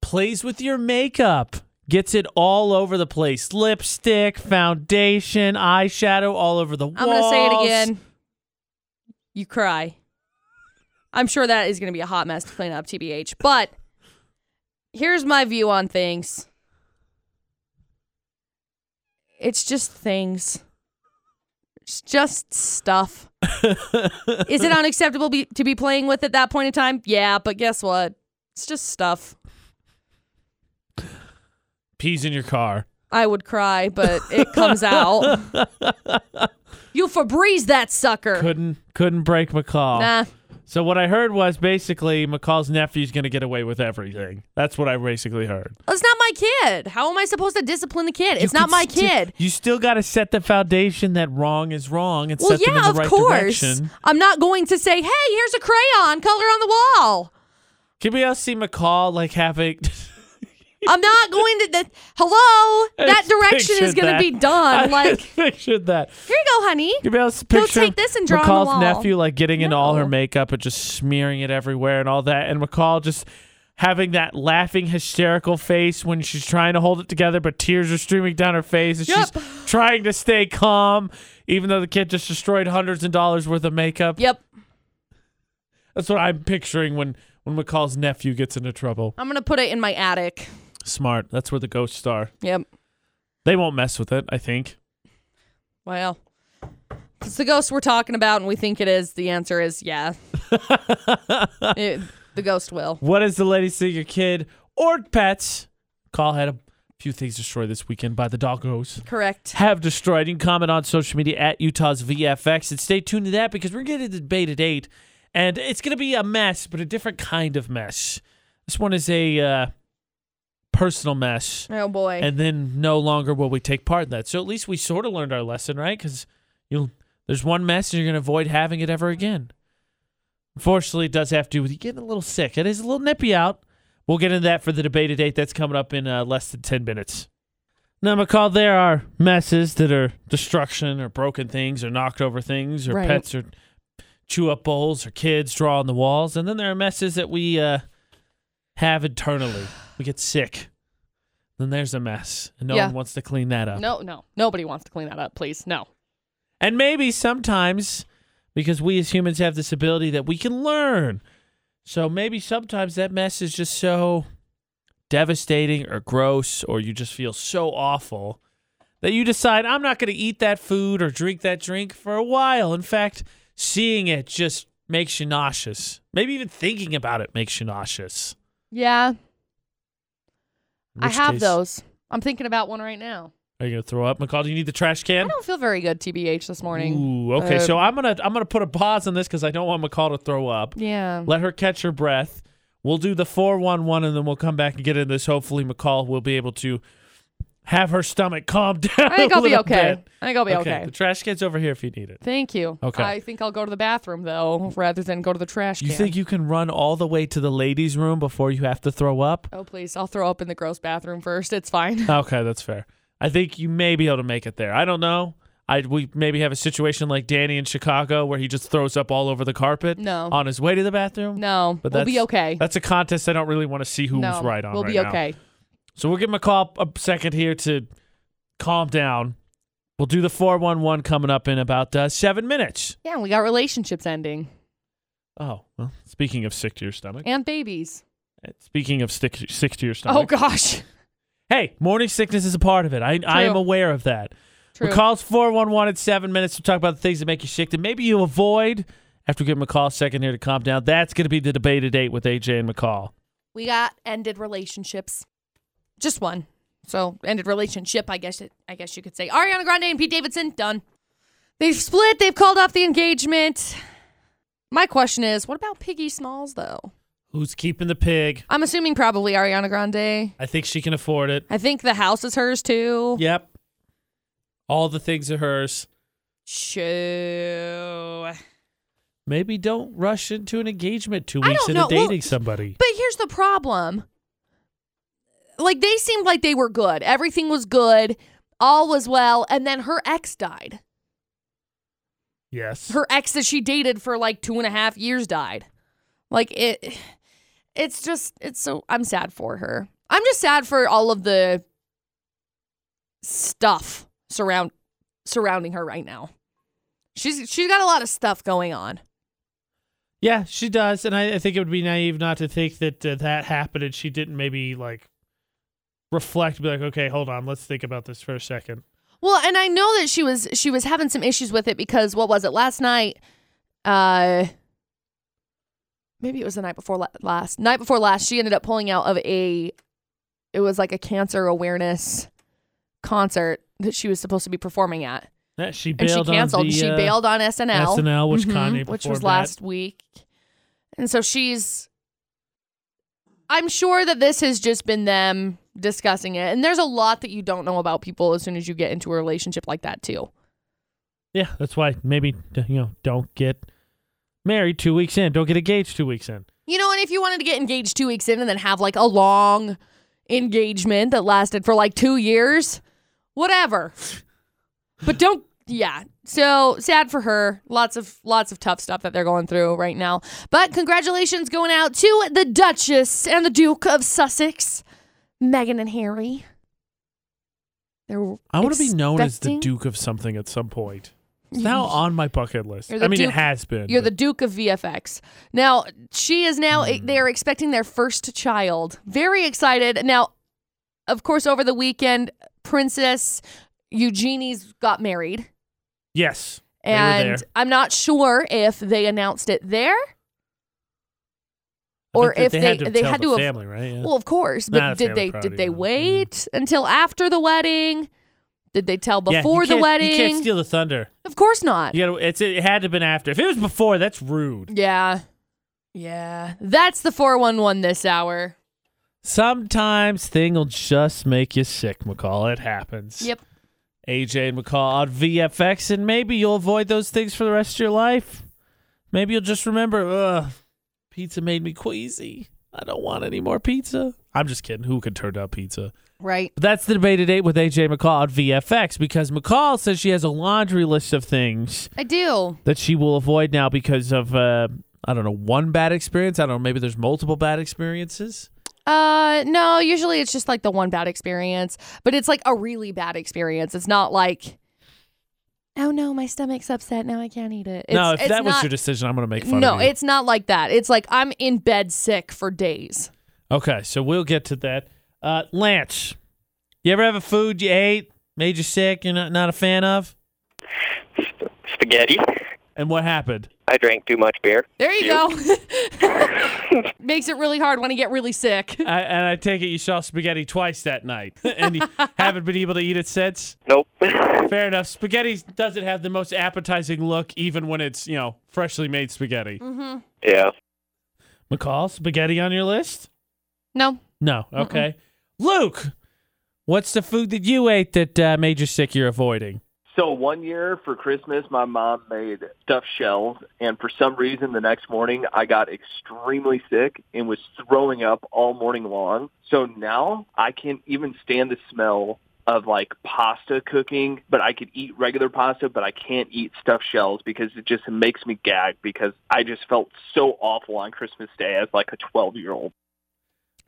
[SPEAKER 1] plays with your makeup, gets it all over the place lipstick, foundation, eyeshadow, all over the wall.
[SPEAKER 2] I'm gonna say it again. You cry. I'm sure that is gonna be a hot mess to clean up, tbh. But here's my view on things. It's just things. It's just stuff. is it unacceptable be- to be playing with at that point in time? Yeah, but guess what? It's just stuff.
[SPEAKER 1] Pees in your car.
[SPEAKER 2] I would cry, but it comes out. you Febreze that sucker.
[SPEAKER 1] Couldn't couldn't break McCall.
[SPEAKER 2] nah.
[SPEAKER 1] So what I heard was basically McCall's nephew's gonna get away with everything. That's what I basically heard.
[SPEAKER 2] It's not my kid. How am I supposed to discipline the kid? It's
[SPEAKER 1] You
[SPEAKER 2] not
[SPEAKER 1] could
[SPEAKER 2] my
[SPEAKER 1] sti-
[SPEAKER 2] kid.
[SPEAKER 1] you still got to set the foundation that wrong is wrong and
[SPEAKER 2] Well,
[SPEAKER 1] set them in
[SPEAKER 2] yeah,
[SPEAKER 1] the
[SPEAKER 2] of
[SPEAKER 1] right
[SPEAKER 2] course.
[SPEAKER 1] direction.
[SPEAKER 2] I'm not going to say, "Hey, here's a crayon, color on the wall."
[SPEAKER 1] Can we all see McCall like having?
[SPEAKER 2] I'm not going to. That, hello, that direction is going to be done. Like, here
[SPEAKER 1] pictured that.
[SPEAKER 2] you go, honey.
[SPEAKER 1] Can we all s- picture
[SPEAKER 2] take this and draw on the
[SPEAKER 1] McCall's
[SPEAKER 2] wall.
[SPEAKER 1] nephew like getting into all her
[SPEAKER 2] No.
[SPEAKER 1] makeup and just smearing it everywhere and all that, and McCall just having that laughing hysterical face when she's trying to hold it together but tears are streaming down her face and
[SPEAKER 2] Yep.
[SPEAKER 1] she's trying to stay calm even though the kid just destroyed hundreds of dollars worth of makeup.
[SPEAKER 2] Yep.
[SPEAKER 1] That's what I'm picturing when when McCall's nephew gets into trouble.
[SPEAKER 2] I'm going to put it in my attic.
[SPEAKER 1] Smart. That's where the ghosts are.
[SPEAKER 2] Yep.
[SPEAKER 1] They won't mess with it, I think.
[SPEAKER 2] Well, if it's the ghost we're talking about and we think it is, the answer is yeah. It- the ghost will.
[SPEAKER 1] What is the latest thing your kid or pets? Call had a few things destroyed this weekend by the doggos.
[SPEAKER 2] Correct.
[SPEAKER 1] have destroyed. You can comment on social media at Utah's VFX and stay tuned to that because we're going to get a debate at 8. And it's going to be a mess, but a different kind of mess. This one is a uh, personal mess.
[SPEAKER 2] Oh boy.
[SPEAKER 1] And then no longer will we take part in that. So at least we sort of learned our lesson, right? Because you there's one mess and you're going to avoid having it ever again. Unfortunately, it does have to do with you getting a little sick. It is a little nippy out. We'll get into that for the debate at 8. That's coming up in uh, less than 10 minutes. Now, McCall, there are messes that are destruction or broken things or knocked over things or
[SPEAKER 2] Right.
[SPEAKER 1] pets or chew up bowls or kids draw on the walls. And then there are messes that we uh, have internally. We get sick. Then there's a mess. And no
[SPEAKER 2] Yeah.
[SPEAKER 1] one wants to clean that up.
[SPEAKER 2] no, no. Nobody wants to clean that up, please. No.
[SPEAKER 1] And maybe sometimes, because we as humans have this ability that we can learn. So maybe sometimes that mess is just so devastating or gross, or you just feel so awful that you decide, I'm not going to eat that food or drink that drink for a while. In fact, seeing it just makes you nauseous. Maybe even thinking about it makes you nauseous.
[SPEAKER 2] Yeah,
[SPEAKER 1] In
[SPEAKER 2] I
[SPEAKER 1] which
[SPEAKER 2] have
[SPEAKER 1] case-
[SPEAKER 2] those. I'm thinking about one right now.
[SPEAKER 1] Are you going to throw up? McCall, do you need the trash
[SPEAKER 2] I
[SPEAKER 1] can?
[SPEAKER 2] don't feel very good, TBH, this morning.
[SPEAKER 1] Ooh, okay.
[SPEAKER 2] Uh,
[SPEAKER 1] so I'm gonna I'm gonna put a pause on this because I don't want McCall to throw up.
[SPEAKER 2] Yeah.
[SPEAKER 1] Let her catch her breath. We'll do the 411 and then we'll come back and get into this. Hopefully, McCall will be able to have her stomach calm down.
[SPEAKER 2] I think
[SPEAKER 1] a
[SPEAKER 2] I'll be
[SPEAKER 1] little
[SPEAKER 2] okay.
[SPEAKER 1] bit.
[SPEAKER 2] I think I'll be okay.
[SPEAKER 1] The trash can's over here if you need it.
[SPEAKER 2] Thank you.
[SPEAKER 1] Okay.
[SPEAKER 2] I think I'll go to the bathroom though, rather than go to the trash
[SPEAKER 1] You
[SPEAKER 2] can.
[SPEAKER 1] think you can run all the way to the ladies' room before you have to throw up?
[SPEAKER 2] oh please, I'll throw up in the gross bathroom first. It's fine.
[SPEAKER 1] Okay, that's fair. I think you may be able to make it there. I don't know. I we maybe have a situation like Danny in Chicago where he just throws up all over the carpet
[SPEAKER 2] No.
[SPEAKER 1] on his way to the bathroom.
[SPEAKER 2] No,
[SPEAKER 1] But
[SPEAKER 2] we'll
[SPEAKER 1] that's,
[SPEAKER 2] be okay.
[SPEAKER 1] That's a contest I don't really want to see who's
[SPEAKER 2] no,
[SPEAKER 1] right on
[SPEAKER 2] we'll
[SPEAKER 1] right
[SPEAKER 2] be
[SPEAKER 1] now.
[SPEAKER 2] okay.
[SPEAKER 1] So we'll give McCall a second here to calm down. We'll do the 411 coming up in about uh, seven minutes.
[SPEAKER 2] Yeah, we got relationships ending
[SPEAKER 1] Oh, well, speaking of sick to your stomach.
[SPEAKER 2] and babies.
[SPEAKER 1] Speaking of sick, sick to your
[SPEAKER 2] Oh
[SPEAKER 1] stomach.
[SPEAKER 2] gosh,
[SPEAKER 1] Hey, morning sickness is a part of it. I, I am
[SPEAKER 2] True.
[SPEAKER 1] aware of that.
[SPEAKER 2] true.
[SPEAKER 1] McCall's 411 at seven minutes. We'll talk about the things that make you sick that maybe you avoid after we give McCall a second here to calm down. That's going to be the debate at eight with AJ and McCall.
[SPEAKER 2] we got ended relationships, just one. So ended relationship, I guess. It, I guess you could say Ariana Grande and Pete Davidson done. They've split. They've called off the engagement. My question is, what about Piggy Smalls though?
[SPEAKER 1] Who's keeping the pig?
[SPEAKER 2] I'm assuming probably Ariana Grande.
[SPEAKER 1] I think she can afford it.
[SPEAKER 2] I think the house is hers
[SPEAKER 1] Oh.
[SPEAKER 2] too.
[SPEAKER 1] Yep. All the things are hers.
[SPEAKER 2] Shoo.
[SPEAKER 1] Maybe don't rush into an engagement two
[SPEAKER 2] I
[SPEAKER 1] weeks
[SPEAKER 2] don't
[SPEAKER 1] into
[SPEAKER 2] know. Well-
[SPEAKER 1] dating somebody.
[SPEAKER 2] But here's the problem. Like they seemed like they were good. Everything was good. All was well. And then her ex died.
[SPEAKER 1] Yes.
[SPEAKER 2] Her ex that she dated for like two and a half years died. Like it it's just it's so I'm sad for her. I'm just sad for all of the stuff surround surrounding her right now. She's she's got a lot of stuff going on.
[SPEAKER 1] yeah, she does, and I, I think it would be naive not to think that uh, that happened and she didn't maybe like reflect, be like, okay, hold on, let's think about this for a second.
[SPEAKER 2] Well, and I know that she was she was having some issues with it because what was it last night? Uh maybe it was the night before la- last. Night before last, she ended up pulling out of a it was like a cancer awareness concert that she was supposed to be performing at.
[SPEAKER 1] Yeah, she
[SPEAKER 2] And
[SPEAKER 1] bailed
[SPEAKER 2] she
[SPEAKER 1] on
[SPEAKER 2] canceled.
[SPEAKER 1] the,
[SPEAKER 2] she
[SPEAKER 1] uh,
[SPEAKER 2] bailed on SNL.
[SPEAKER 1] SNL, which
[SPEAKER 2] Mhm,
[SPEAKER 1] Kanye
[SPEAKER 2] which
[SPEAKER 1] performed
[SPEAKER 2] was
[SPEAKER 1] at.
[SPEAKER 2] last week. And so she's I'm sure that this has just been them discussing it. And there's a lot that you don't know about people as soon as you get into a relationship like that too.
[SPEAKER 1] Yeah, that's why maybe you know don't get married two weeks in, don't get engaged two weeks in.
[SPEAKER 2] You know, and if you wanted to get engaged two weeks in and then have like a long engagement that lasted for like two years, whatever. But don't yeah. So sad for her. Lots of lots of tough stuff that they're going through right now. But congratulations going out to the Duchess and the Duke of Sussex, Meghan and Harry. They're
[SPEAKER 1] I want to be known as the
[SPEAKER 2] expecting-
[SPEAKER 1] Duke of something at some point. It's now on my bucket list.
[SPEAKER 2] You're the
[SPEAKER 1] I mean,
[SPEAKER 2] Duke-
[SPEAKER 1] it has been.
[SPEAKER 2] You're the
[SPEAKER 1] but-
[SPEAKER 2] Duke of VFX. Now, she is now, e,
[SPEAKER 1] Hmm.
[SPEAKER 2] they are expecting their first child. Very excited. Now, of course, over the weekend, Princess Eugenie's got married.
[SPEAKER 1] yes. They were there.
[SPEAKER 2] And I'm not sure if they announced it there
[SPEAKER 1] I
[SPEAKER 2] or
[SPEAKER 1] think that
[SPEAKER 2] if
[SPEAKER 1] had
[SPEAKER 2] they-
[SPEAKER 1] to
[SPEAKER 2] they
[SPEAKER 1] tell
[SPEAKER 2] had
[SPEAKER 1] the
[SPEAKER 2] to have-
[SPEAKER 1] family, right? Yeah.
[SPEAKER 2] Well, of course, but
[SPEAKER 1] Nah, that's
[SPEAKER 2] did
[SPEAKER 1] family Mm-hmm.
[SPEAKER 2] they
[SPEAKER 1] proud
[SPEAKER 2] did
[SPEAKER 1] of
[SPEAKER 2] they
[SPEAKER 1] you.
[SPEAKER 2] wait until after the wedding? Did they tell
[SPEAKER 1] Yeah, you
[SPEAKER 2] before the
[SPEAKER 1] can't-
[SPEAKER 2] wedding?
[SPEAKER 1] you can't steal the thunder.
[SPEAKER 2] of course not.
[SPEAKER 1] You gotta, it's, it had to have been after. If it was before, that's rude.
[SPEAKER 2] Yeah. Yeah. That's the 411 this hour.
[SPEAKER 1] Sometimes thing'll just make you sick, McCall. It happens.
[SPEAKER 2] Yep.
[SPEAKER 1] AJ and McCall on VFX, and maybe you'll avoid those things for the rest of your life. Maybe you'll just remember, ugh, pizza made me queasy. I don't want any more pizza. I'm just kidding. Who could turn down pizza?
[SPEAKER 2] Right.
[SPEAKER 1] But that's the debate at eight with AJ McCall on VFX because McCall says she has a laundry list of things
[SPEAKER 2] I do.
[SPEAKER 1] that she will avoid now because of uh, I don't know one bad experience. I don't know. Maybe there's multiple bad experiences.
[SPEAKER 2] Uh no, usually it's just like the one bad experience, but it's like a really bad experience. It's not like Oh no, my stomach's upset. Now I can't eat it. It's,
[SPEAKER 1] no, if
[SPEAKER 2] it's
[SPEAKER 1] that was
[SPEAKER 2] not-
[SPEAKER 1] your decision, I'm gonna make fun
[SPEAKER 2] No,
[SPEAKER 1] of you.
[SPEAKER 2] it's not like that. It's like I'm in bed sick for days.
[SPEAKER 1] okay, so we'll get to that. Uh, Lance, you ever have a food you ate made you sick? You're not not a fan of,
[SPEAKER 4] Sp- spaghetti.
[SPEAKER 1] and what happened?
[SPEAKER 4] I drank too much beer.
[SPEAKER 2] There you
[SPEAKER 4] Cute.
[SPEAKER 2] go. Makes it really hard when I get really sick.
[SPEAKER 1] I, and I take it you saw spaghetti twice that night, and you haven't been able to eat it since.
[SPEAKER 4] Nope.
[SPEAKER 1] Fair enough. Spaghetti doesn't have the most appetizing look, even when it's you know freshly made spaghetti.
[SPEAKER 2] Mm-hmm.
[SPEAKER 4] yeah.
[SPEAKER 1] McCall, spaghetti on your list?
[SPEAKER 2] No.
[SPEAKER 1] No. Okay. Luke, what's the food that you ate that uh, made you sick you're avoiding?
[SPEAKER 5] So one year for Christmas, my mom made stuffed shells, and for some reason, the next morning I got extremely sick and was throwing up all morning long. So now I can't even stand the smell of like pasta cooking, but I could eat regular pasta, but I can't eat stuffed shells because it just makes me gag because I just felt so awful on Christmas Day as like a 12 year old.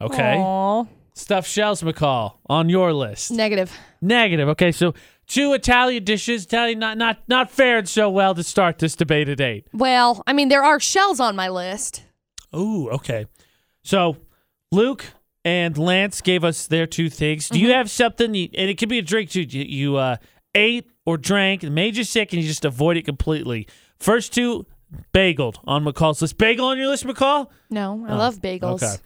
[SPEAKER 1] Okay.
[SPEAKER 2] Aw.
[SPEAKER 1] Stuffed shells, McCall, on your list.
[SPEAKER 2] Negative.
[SPEAKER 1] Negative. Okay, so two Italian dishes, Italian not not not fared so well to start this debate at eight.
[SPEAKER 2] Well, I mean, there are shells on my list.
[SPEAKER 1] Ooh, okay. So Luke and Lance gave us their two things. Do you have something, you, and it could be a drink too, you, you uh, ate or drank and made you sick and you just avoid it completely? First two, bageled on McCall's list. Bagel on your list, McCall?
[SPEAKER 2] No, I love bagels.
[SPEAKER 1] Oh, Okay.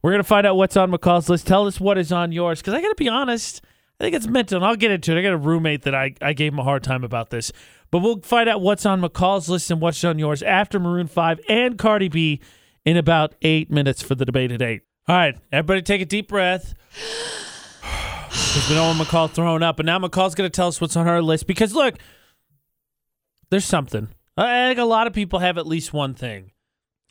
[SPEAKER 1] We're going to find out what's on McCall's list. Tell us what is on yours because I got to be honest. I think it's mental, and I'll get into it. I got a roommate that I, I gave him a hard time about this. But we'll find out what's on McCall's list and what's on yours after Maroon 5 and Cardi B in about eight minutes for the debate at eight. All right, everybody take a deep breath. There's been Owen McCall thrown up, and now McCall's going to tell us what's on her list because look, there's something. I I think a lot of people have at least one thing.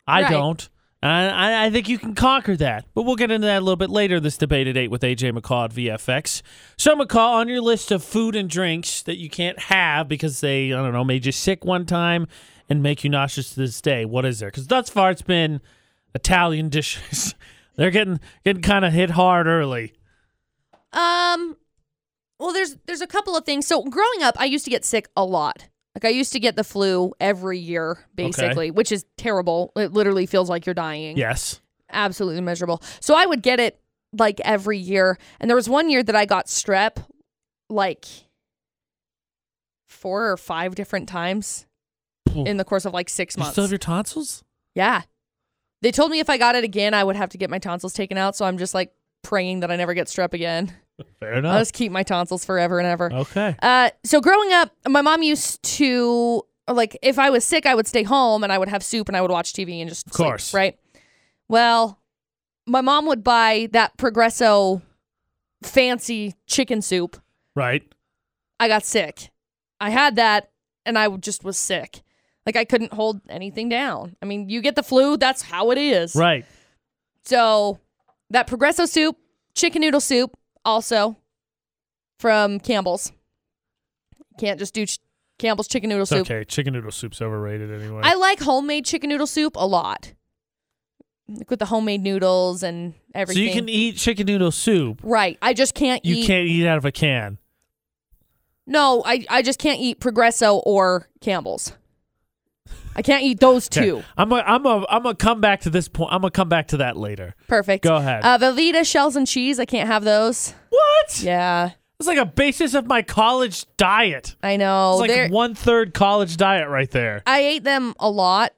[SPEAKER 1] I
[SPEAKER 2] Right.
[SPEAKER 1] don't. And I, I think you can conquer that. But we'll get into that a little bit later in this debate at 8 with AJ McCall at VFX. So, McCall, on your list of food and drinks that you can't have because they, I don't know, made you sick one time and make you nauseous to this day, what is there? Because thus far it's been Italian dishes. They're getting getting kind of hit hard early.
[SPEAKER 2] Um, well, there's there's a couple of things. So growing up, I used to get sick a lot. Like I used to get the flu every year, basically, which is terrible. It literally feels like you're dying.
[SPEAKER 1] Yes.
[SPEAKER 2] absolutely miserable. So I would get it like every year. And there was one year that I got strep like four or five different times
[SPEAKER 1] Ooh.
[SPEAKER 2] in the course of like six
[SPEAKER 1] You
[SPEAKER 2] months.
[SPEAKER 1] still have your tonsils?
[SPEAKER 2] yeah. They told me if I got it again, I would have to get my tonsils taken out. So I'm just like praying that I never get strep again.
[SPEAKER 1] Fair
[SPEAKER 2] I'll
[SPEAKER 1] enough.
[SPEAKER 2] just keep my tonsils forever and ever.
[SPEAKER 1] Okay.
[SPEAKER 2] Uh, so growing up, my mom used to like if I was sick, I would stay home and I would have soup and I would watch TV and just
[SPEAKER 1] Of
[SPEAKER 2] sleep,
[SPEAKER 1] course.
[SPEAKER 2] right. Well, my mom would buy that Progresso fancy chicken soup.
[SPEAKER 1] Right.
[SPEAKER 2] I got sick. I had that and I just was sick. Like I couldn't hold anything down. I mean, you get the flu, that's how it is.
[SPEAKER 1] Right.
[SPEAKER 2] So that Progresso soup, chicken noodle soup, also from Campbell's. Can't just do ch- Campbell's chicken noodle
[SPEAKER 1] It's
[SPEAKER 2] soup.
[SPEAKER 1] okay. Chicken noodle soup's overrated anyway.
[SPEAKER 2] I like homemade chicken noodle soup a lot. Like with the homemade noodles and
[SPEAKER 1] so
[SPEAKER 2] everything.
[SPEAKER 1] you can eat chicken noodle soup.
[SPEAKER 2] right. I just can't
[SPEAKER 1] You
[SPEAKER 2] eat
[SPEAKER 1] can't eat out of a can.
[SPEAKER 2] No, I I just can't eat Progresso or Campbell's. I can't eat those
[SPEAKER 1] Okay.
[SPEAKER 2] two.
[SPEAKER 1] I'm a, I'm a, I'm gonna come back to this point. I'm gonna come back to that later.
[SPEAKER 2] Perfect.
[SPEAKER 1] Go ahead.
[SPEAKER 2] Uh, Velveeta shells and cheese. I can't have those.
[SPEAKER 1] What?
[SPEAKER 2] Yeah,
[SPEAKER 1] It's like a basis of my college diet.
[SPEAKER 2] I know.
[SPEAKER 1] It's
[SPEAKER 2] Oh, They're-
[SPEAKER 1] like one third college diet right there.
[SPEAKER 2] I ate them a lot,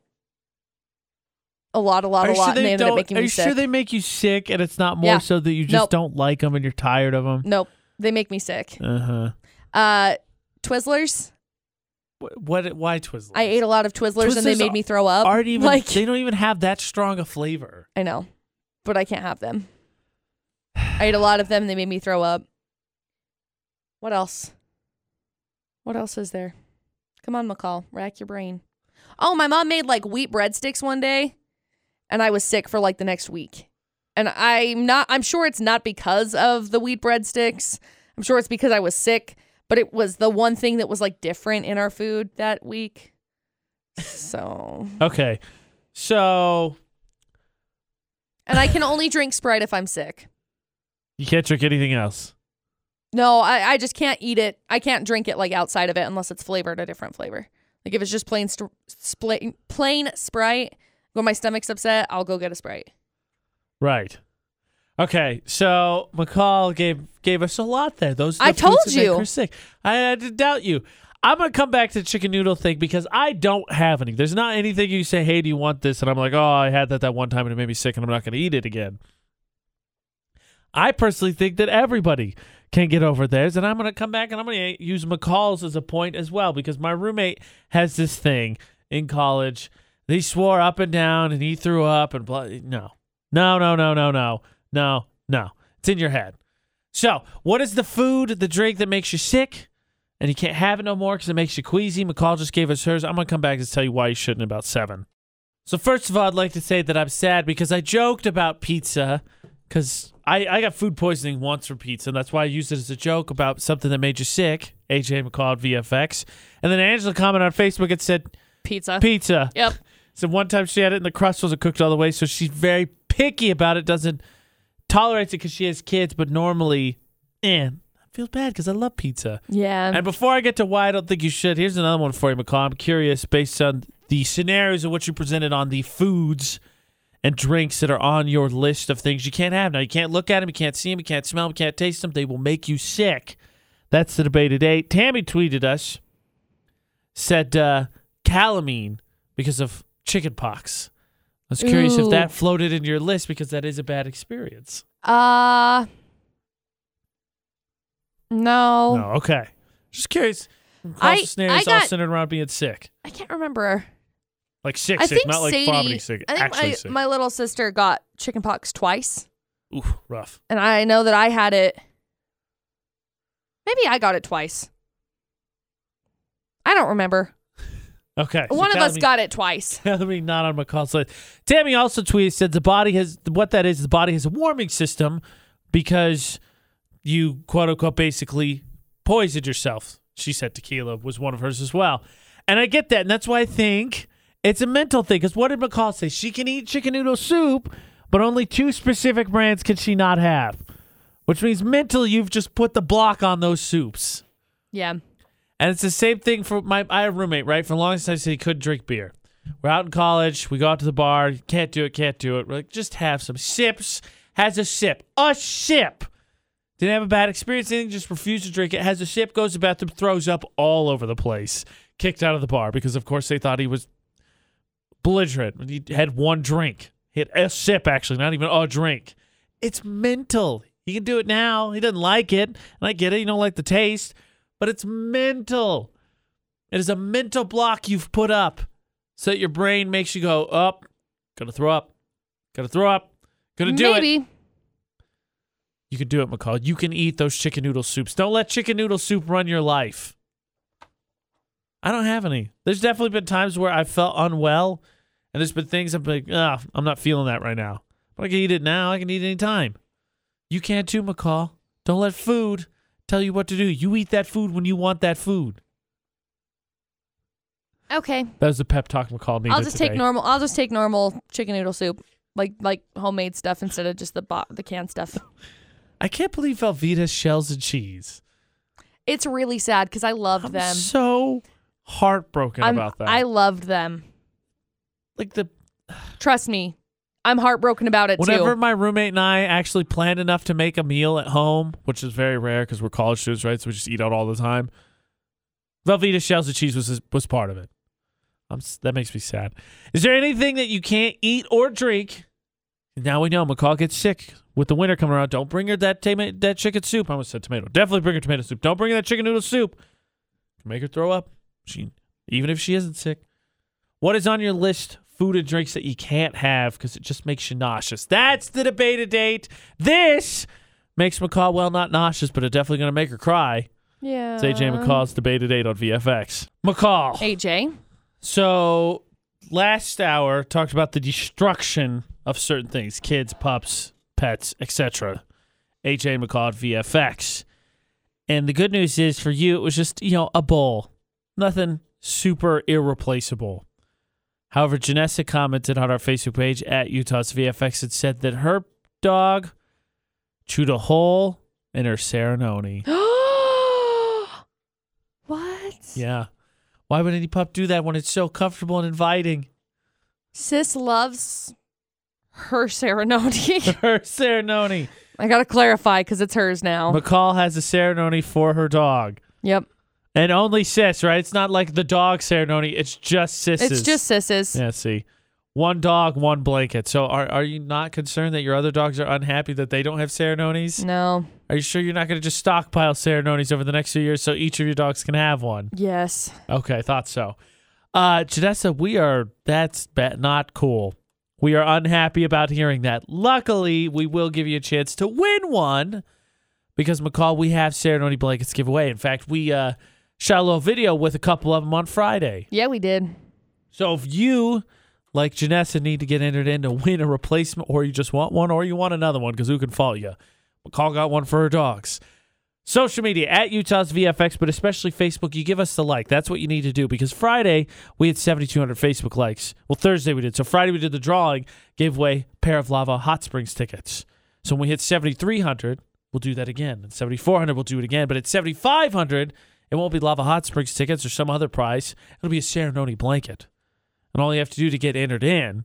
[SPEAKER 2] a lot, a lot, a
[SPEAKER 1] Are you
[SPEAKER 2] lot,
[SPEAKER 1] sure
[SPEAKER 2] and they ended
[SPEAKER 1] don't-
[SPEAKER 2] up making
[SPEAKER 1] are
[SPEAKER 2] me
[SPEAKER 1] you
[SPEAKER 2] sick.
[SPEAKER 1] sure they make you sick and it's not more
[SPEAKER 2] Yeah.
[SPEAKER 1] so that you just
[SPEAKER 2] Nope.
[SPEAKER 1] don't like them and you're tired of them?
[SPEAKER 2] nope, they make me sick.
[SPEAKER 1] Uh huh.
[SPEAKER 2] Uh, Twizzlers.
[SPEAKER 1] What, what? Why Twizzlers?
[SPEAKER 2] I ate a lot of Twizzlers, and they
[SPEAKER 1] Twizzlers
[SPEAKER 2] made me throw up.
[SPEAKER 1] Aren't even,
[SPEAKER 2] like
[SPEAKER 1] they don't even have that strong a flavor.
[SPEAKER 2] I know, but I can't have them. I ate a lot of them. and They made me throw up. What else? What else is there? Come on, McCall, rack your brain. Oh, my mom made like wheat breadsticks one day, and I was sick for like the next week. And I'm not. I'm sure it's not because of the wheat breadsticks. I'm sure it's because I was sick. But it was the one thing that was like different in our food that week. So,
[SPEAKER 1] Okay, so
[SPEAKER 2] and I can only drink Sprite if I'm sick.
[SPEAKER 1] you can't drink anything else.
[SPEAKER 2] No, I, I just can't eat it. I can't drink it like outside of it unless it's flavored a different flavor. Like if it's just plain st- splain, plain Sprite, when my stomach's upset, I'll go get a Sprite.
[SPEAKER 1] Right. Okay, so McCall gave gave us a lot there. Those are the
[SPEAKER 2] I
[SPEAKER 1] foods
[SPEAKER 2] told
[SPEAKER 1] that make
[SPEAKER 2] you.
[SPEAKER 1] her sick. I, I didn't doubt you. I'm gonna come back to the chicken noodle thing because I don't have any. There's not anything you say. Hey, do you want this? And I'm like, oh, I had that that one time and it made me sick, and I'm not gonna eat it again. I personally think that everybody can get over theirs, and I'm going to come back and I'm going to use McCall's as a point as well because my roommate has this thing in college. They swore up and down, and he threw up, and blah. No, no, no, no, no, no, no, no. It's in your head. So, what is the food, the drink that makes you sick, and you can't have it no more because it makes you queasy? McCall just gave us hers. I'm going to come back and tell you why you shouldn't in about seven. So first of all, I'd like to say that I'm sad because I joked about pizza because I, I got food poisoning once from pizza, and that's why I used it as a joke about something that made you sick. AJ McCall at VFX, and then Angela commented on Facebook and said
[SPEAKER 2] Pizza.
[SPEAKER 1] pizza.
[SPEAKER 2] Yep.
[SPEAKER 1] So one time she had it, and the crust wasn't cooked all the way, so she's very picky about it. Doesn't tolerates it because she has kids, but normally, eh, I feel bad because I love pizza.
[SPEAKER 2] Yeah.
[SPEAKER 1] And before I get to why I don't think you should, here's another one for you, McCall. I'm curious, based on the scenarios of what you presented on the foods and drinks that are on your list of things you can't have. Now, you can't look at them, you can't see them, you can't smell them, you can't taste them. They will make you sick. That's the debate today. Tammy tweeted us, said uh, calamine because of chicken pox. I was curious if
[SPEAKER 2] Ooh.
[SPEAKER 1] that floated into your list because that is a bad experience.
[SPEAKER 2] uh. No.
[SPEAKER 1] No, okay. Just curious.
[SPEAKER 2] Oh. I-
[SPEAKER 1] Across the snares
[SPEAKER 2] I
[SPEAKER 1] it's all
[SPEAKER 2] got-
[SPEAKER 1] centered around being sick.
[SPEAKER 2] I can't remember.
[SPEAKER 1] Like sick,
[SPEAKER 2] I
[SPEAKER 1] sick,
[SPEAKER 2] think
[SPEAKER 1] not like
[SPEAKER 2] Sadie.
[SPEAKER 1] vomiting sick.
[SPEAKER 2] I think
[SPEAKER 1] actually
[SPEAKER 2] my,
[SPEAKER 1] sick.
[SPEAKER 2] my little sister got chickenpox twice,
[SPEAKER 1] Oof, rough.
[SPEAKER 2] and I know that I had it. Maybe I got it twice. I don't remember.
[SPEAKER 1] Okay. so
[SPEAKER 2] One of us
[SPEAKER 1] Calamine-
[SPEAKER 2] got it twice.
[SPEAKER 1] Calamine not on McCall's list. Tammy also tweeted said the body has what that is. The body has a warming system because you quote unquote basically poisoned yourself. She said tequila was one of hers as well, and I get that, and that's why I think it's a mental thing. Because what did McCall say? She can eat chicken noodle soup, but only two specific brands can she not have, which means mentally you've just put the block on those soups.
[SPEAKER 2] Yeah.
[SPEAKER 1] And it's the same thing for my I have a roommate, right? For the longest time, he said he couldn't drink beer. We're out in college, we go out to the bar, can't do it, can't do it. We're like, just have some sips. Has a sip. A sip. Didn't have a bad experience, anything, just refused to drink it. Has a sip, goes to the bathroom, throws up all over the place. Kicked out of the bar because of course they thought he was belligerent. He had one drink. He had a sip, actually, not even a drink. It's mental. He can do it now. He doesn't like it. And I get it. You don't like the taste, but it's mental. It is a mental block you've put up so that your brain makes you go up, gonna throw up, gonna throw up, gonna do it.
[SPEAKER 2] Maybe.
[SPEAKER 1] You can do it, McCall. You can eat those chicken noodle soups. Don't let chicken noodle soup run your life. I don't have any. There's definitely been times where I felt unwell, and there's been things I'm like, ah, I'm not feeling that right now. But I can eat it now. I can eat it anytime. You can too, McCall. Don't let food tell you what to do. You eat that food when you want that food.
[SPEAKER 2] Okay.
[SPEAKER 1] That was the pep talk McCall needed
[SPEAKER 2] I'll just
[SPEAKER 1] today.
[SPEAKER 2] take normal. I'll just take normal chicken noodle soup, like like homemade stuff instead of just the bo- the canned stuff.
[SPEAKER 1] I can't believe Velveeta's shells and cheese.
[SPEAKER 2] It's really sad because I loved
[SPEAKER 1] I'm
[SPEAKER 2] them.
[SPEAKER 1] so heartbroken
[SPEAKER 2] I'm-
[SPEAKER 1] about that.
[SPEAKER 2] I loved them.
[SPEAKER 1] like the
[SPEAKER 2] Trust me, I'm heartbroken about it
[SPEAKER 1] Whenever
[SPEAKER 2] too.
[SPEAKER 1] my roommate and I actually planned enough to make a meal at home, which is very rare because we're college students, right? So we just eat out all the time. Velveeta shells and cheese was was part of it. I'm, s- that makes me sad. Is there anything that you can't eat or drink? Now we know McCall gets sick with the winter coming around. Don't bring her that tama- that chicken soup. I almost said tomato. Definitely bring her tomato soup. Don't bring her that chicken noodle soup. Make her throw up. She even if she isn't sick. What is on your list? Food and drinks that you can't have because it just makes you nauseous. That's the debate of date. This makes McCall well not nauseous, but it definitely gonna make her cry.
[SPEAKER 2] Yeah.
[SPEAKER 1] It's AJ McCall's debate of date on VFX. McCall.
[SPEAKER 2] AJ.
[SPEAKER 1] So last hour talked about the destruction of certain things, kids, pups, pets, etc. AJ McCall at VFX. And the good news is for you, it was just, you know, a bowl. Nothing super irreplaceable. However, Janessa commented on our Facebook page at Utah's VFX and said that her dog chewed a hole in her Serenoni.
[SPEAKER 2] what?
[SPEAKER 1] yeah. Why would any pup do that when it's so comfortable and inviting?
[SPEAKER 2] Sis loves her Serenoni.
[SPEAKER 1] her Serenoni.
[SPEAKER 2] I gotta clarify because it's hers now.
[SPEAKER 1] McCall has a Serenoni for her dog.
[SPEAKER 2] yep.
[SPEAKER 1] And only sis, right? It's not like the dog Serenoni. It's just sis's.
[SPEAKER 2] It's just sis's.
[SPEAKER 1] Yeah, see. One dog, one blanket. So are, are you not concerned that your other dogs are unhappy that they don't have Serenonis?
[SPEAKER 2] No.
[SPEAKER 1] Are you sure you're not going to just stockpile Serenonis over the next few years so each of your dogs can have one?
[SPEAKER 2] Yes.
[SPEAKER 1] Okay, I thought so. Uh, Janessa, we are, that's ba- not cool. We are unhappy about hearing that. Luckily, we will give you a chance to win one because, McCall, we have ceremony blankets giveaway. In fact, we uh, shot a little video with a couple of them on Friday.
[SPEAKER 2] Yeah, we did.
[SPEAKER 1] So if you, like Janessa, need to get entered in to win a replacement, or you just want one, or you want another one, because who can fault you? McCall got one for her dogs. Social media at Utah's VFX, but especially Facebook. You give us the like. That's what you need to do because Friday we had 7,200 Facebook likes. Well, Thursday we did. So Friday we did the drawing, gave away a pair of Lava Hot Springs tickets. So when we hit 7,300, we'll do that again. And 7,400, we'll do it again. But at 7,500, it won't be Lava Hot Springs tickets or some other prize. It'll be a Serenoni blanket. And all you have to do to get entered in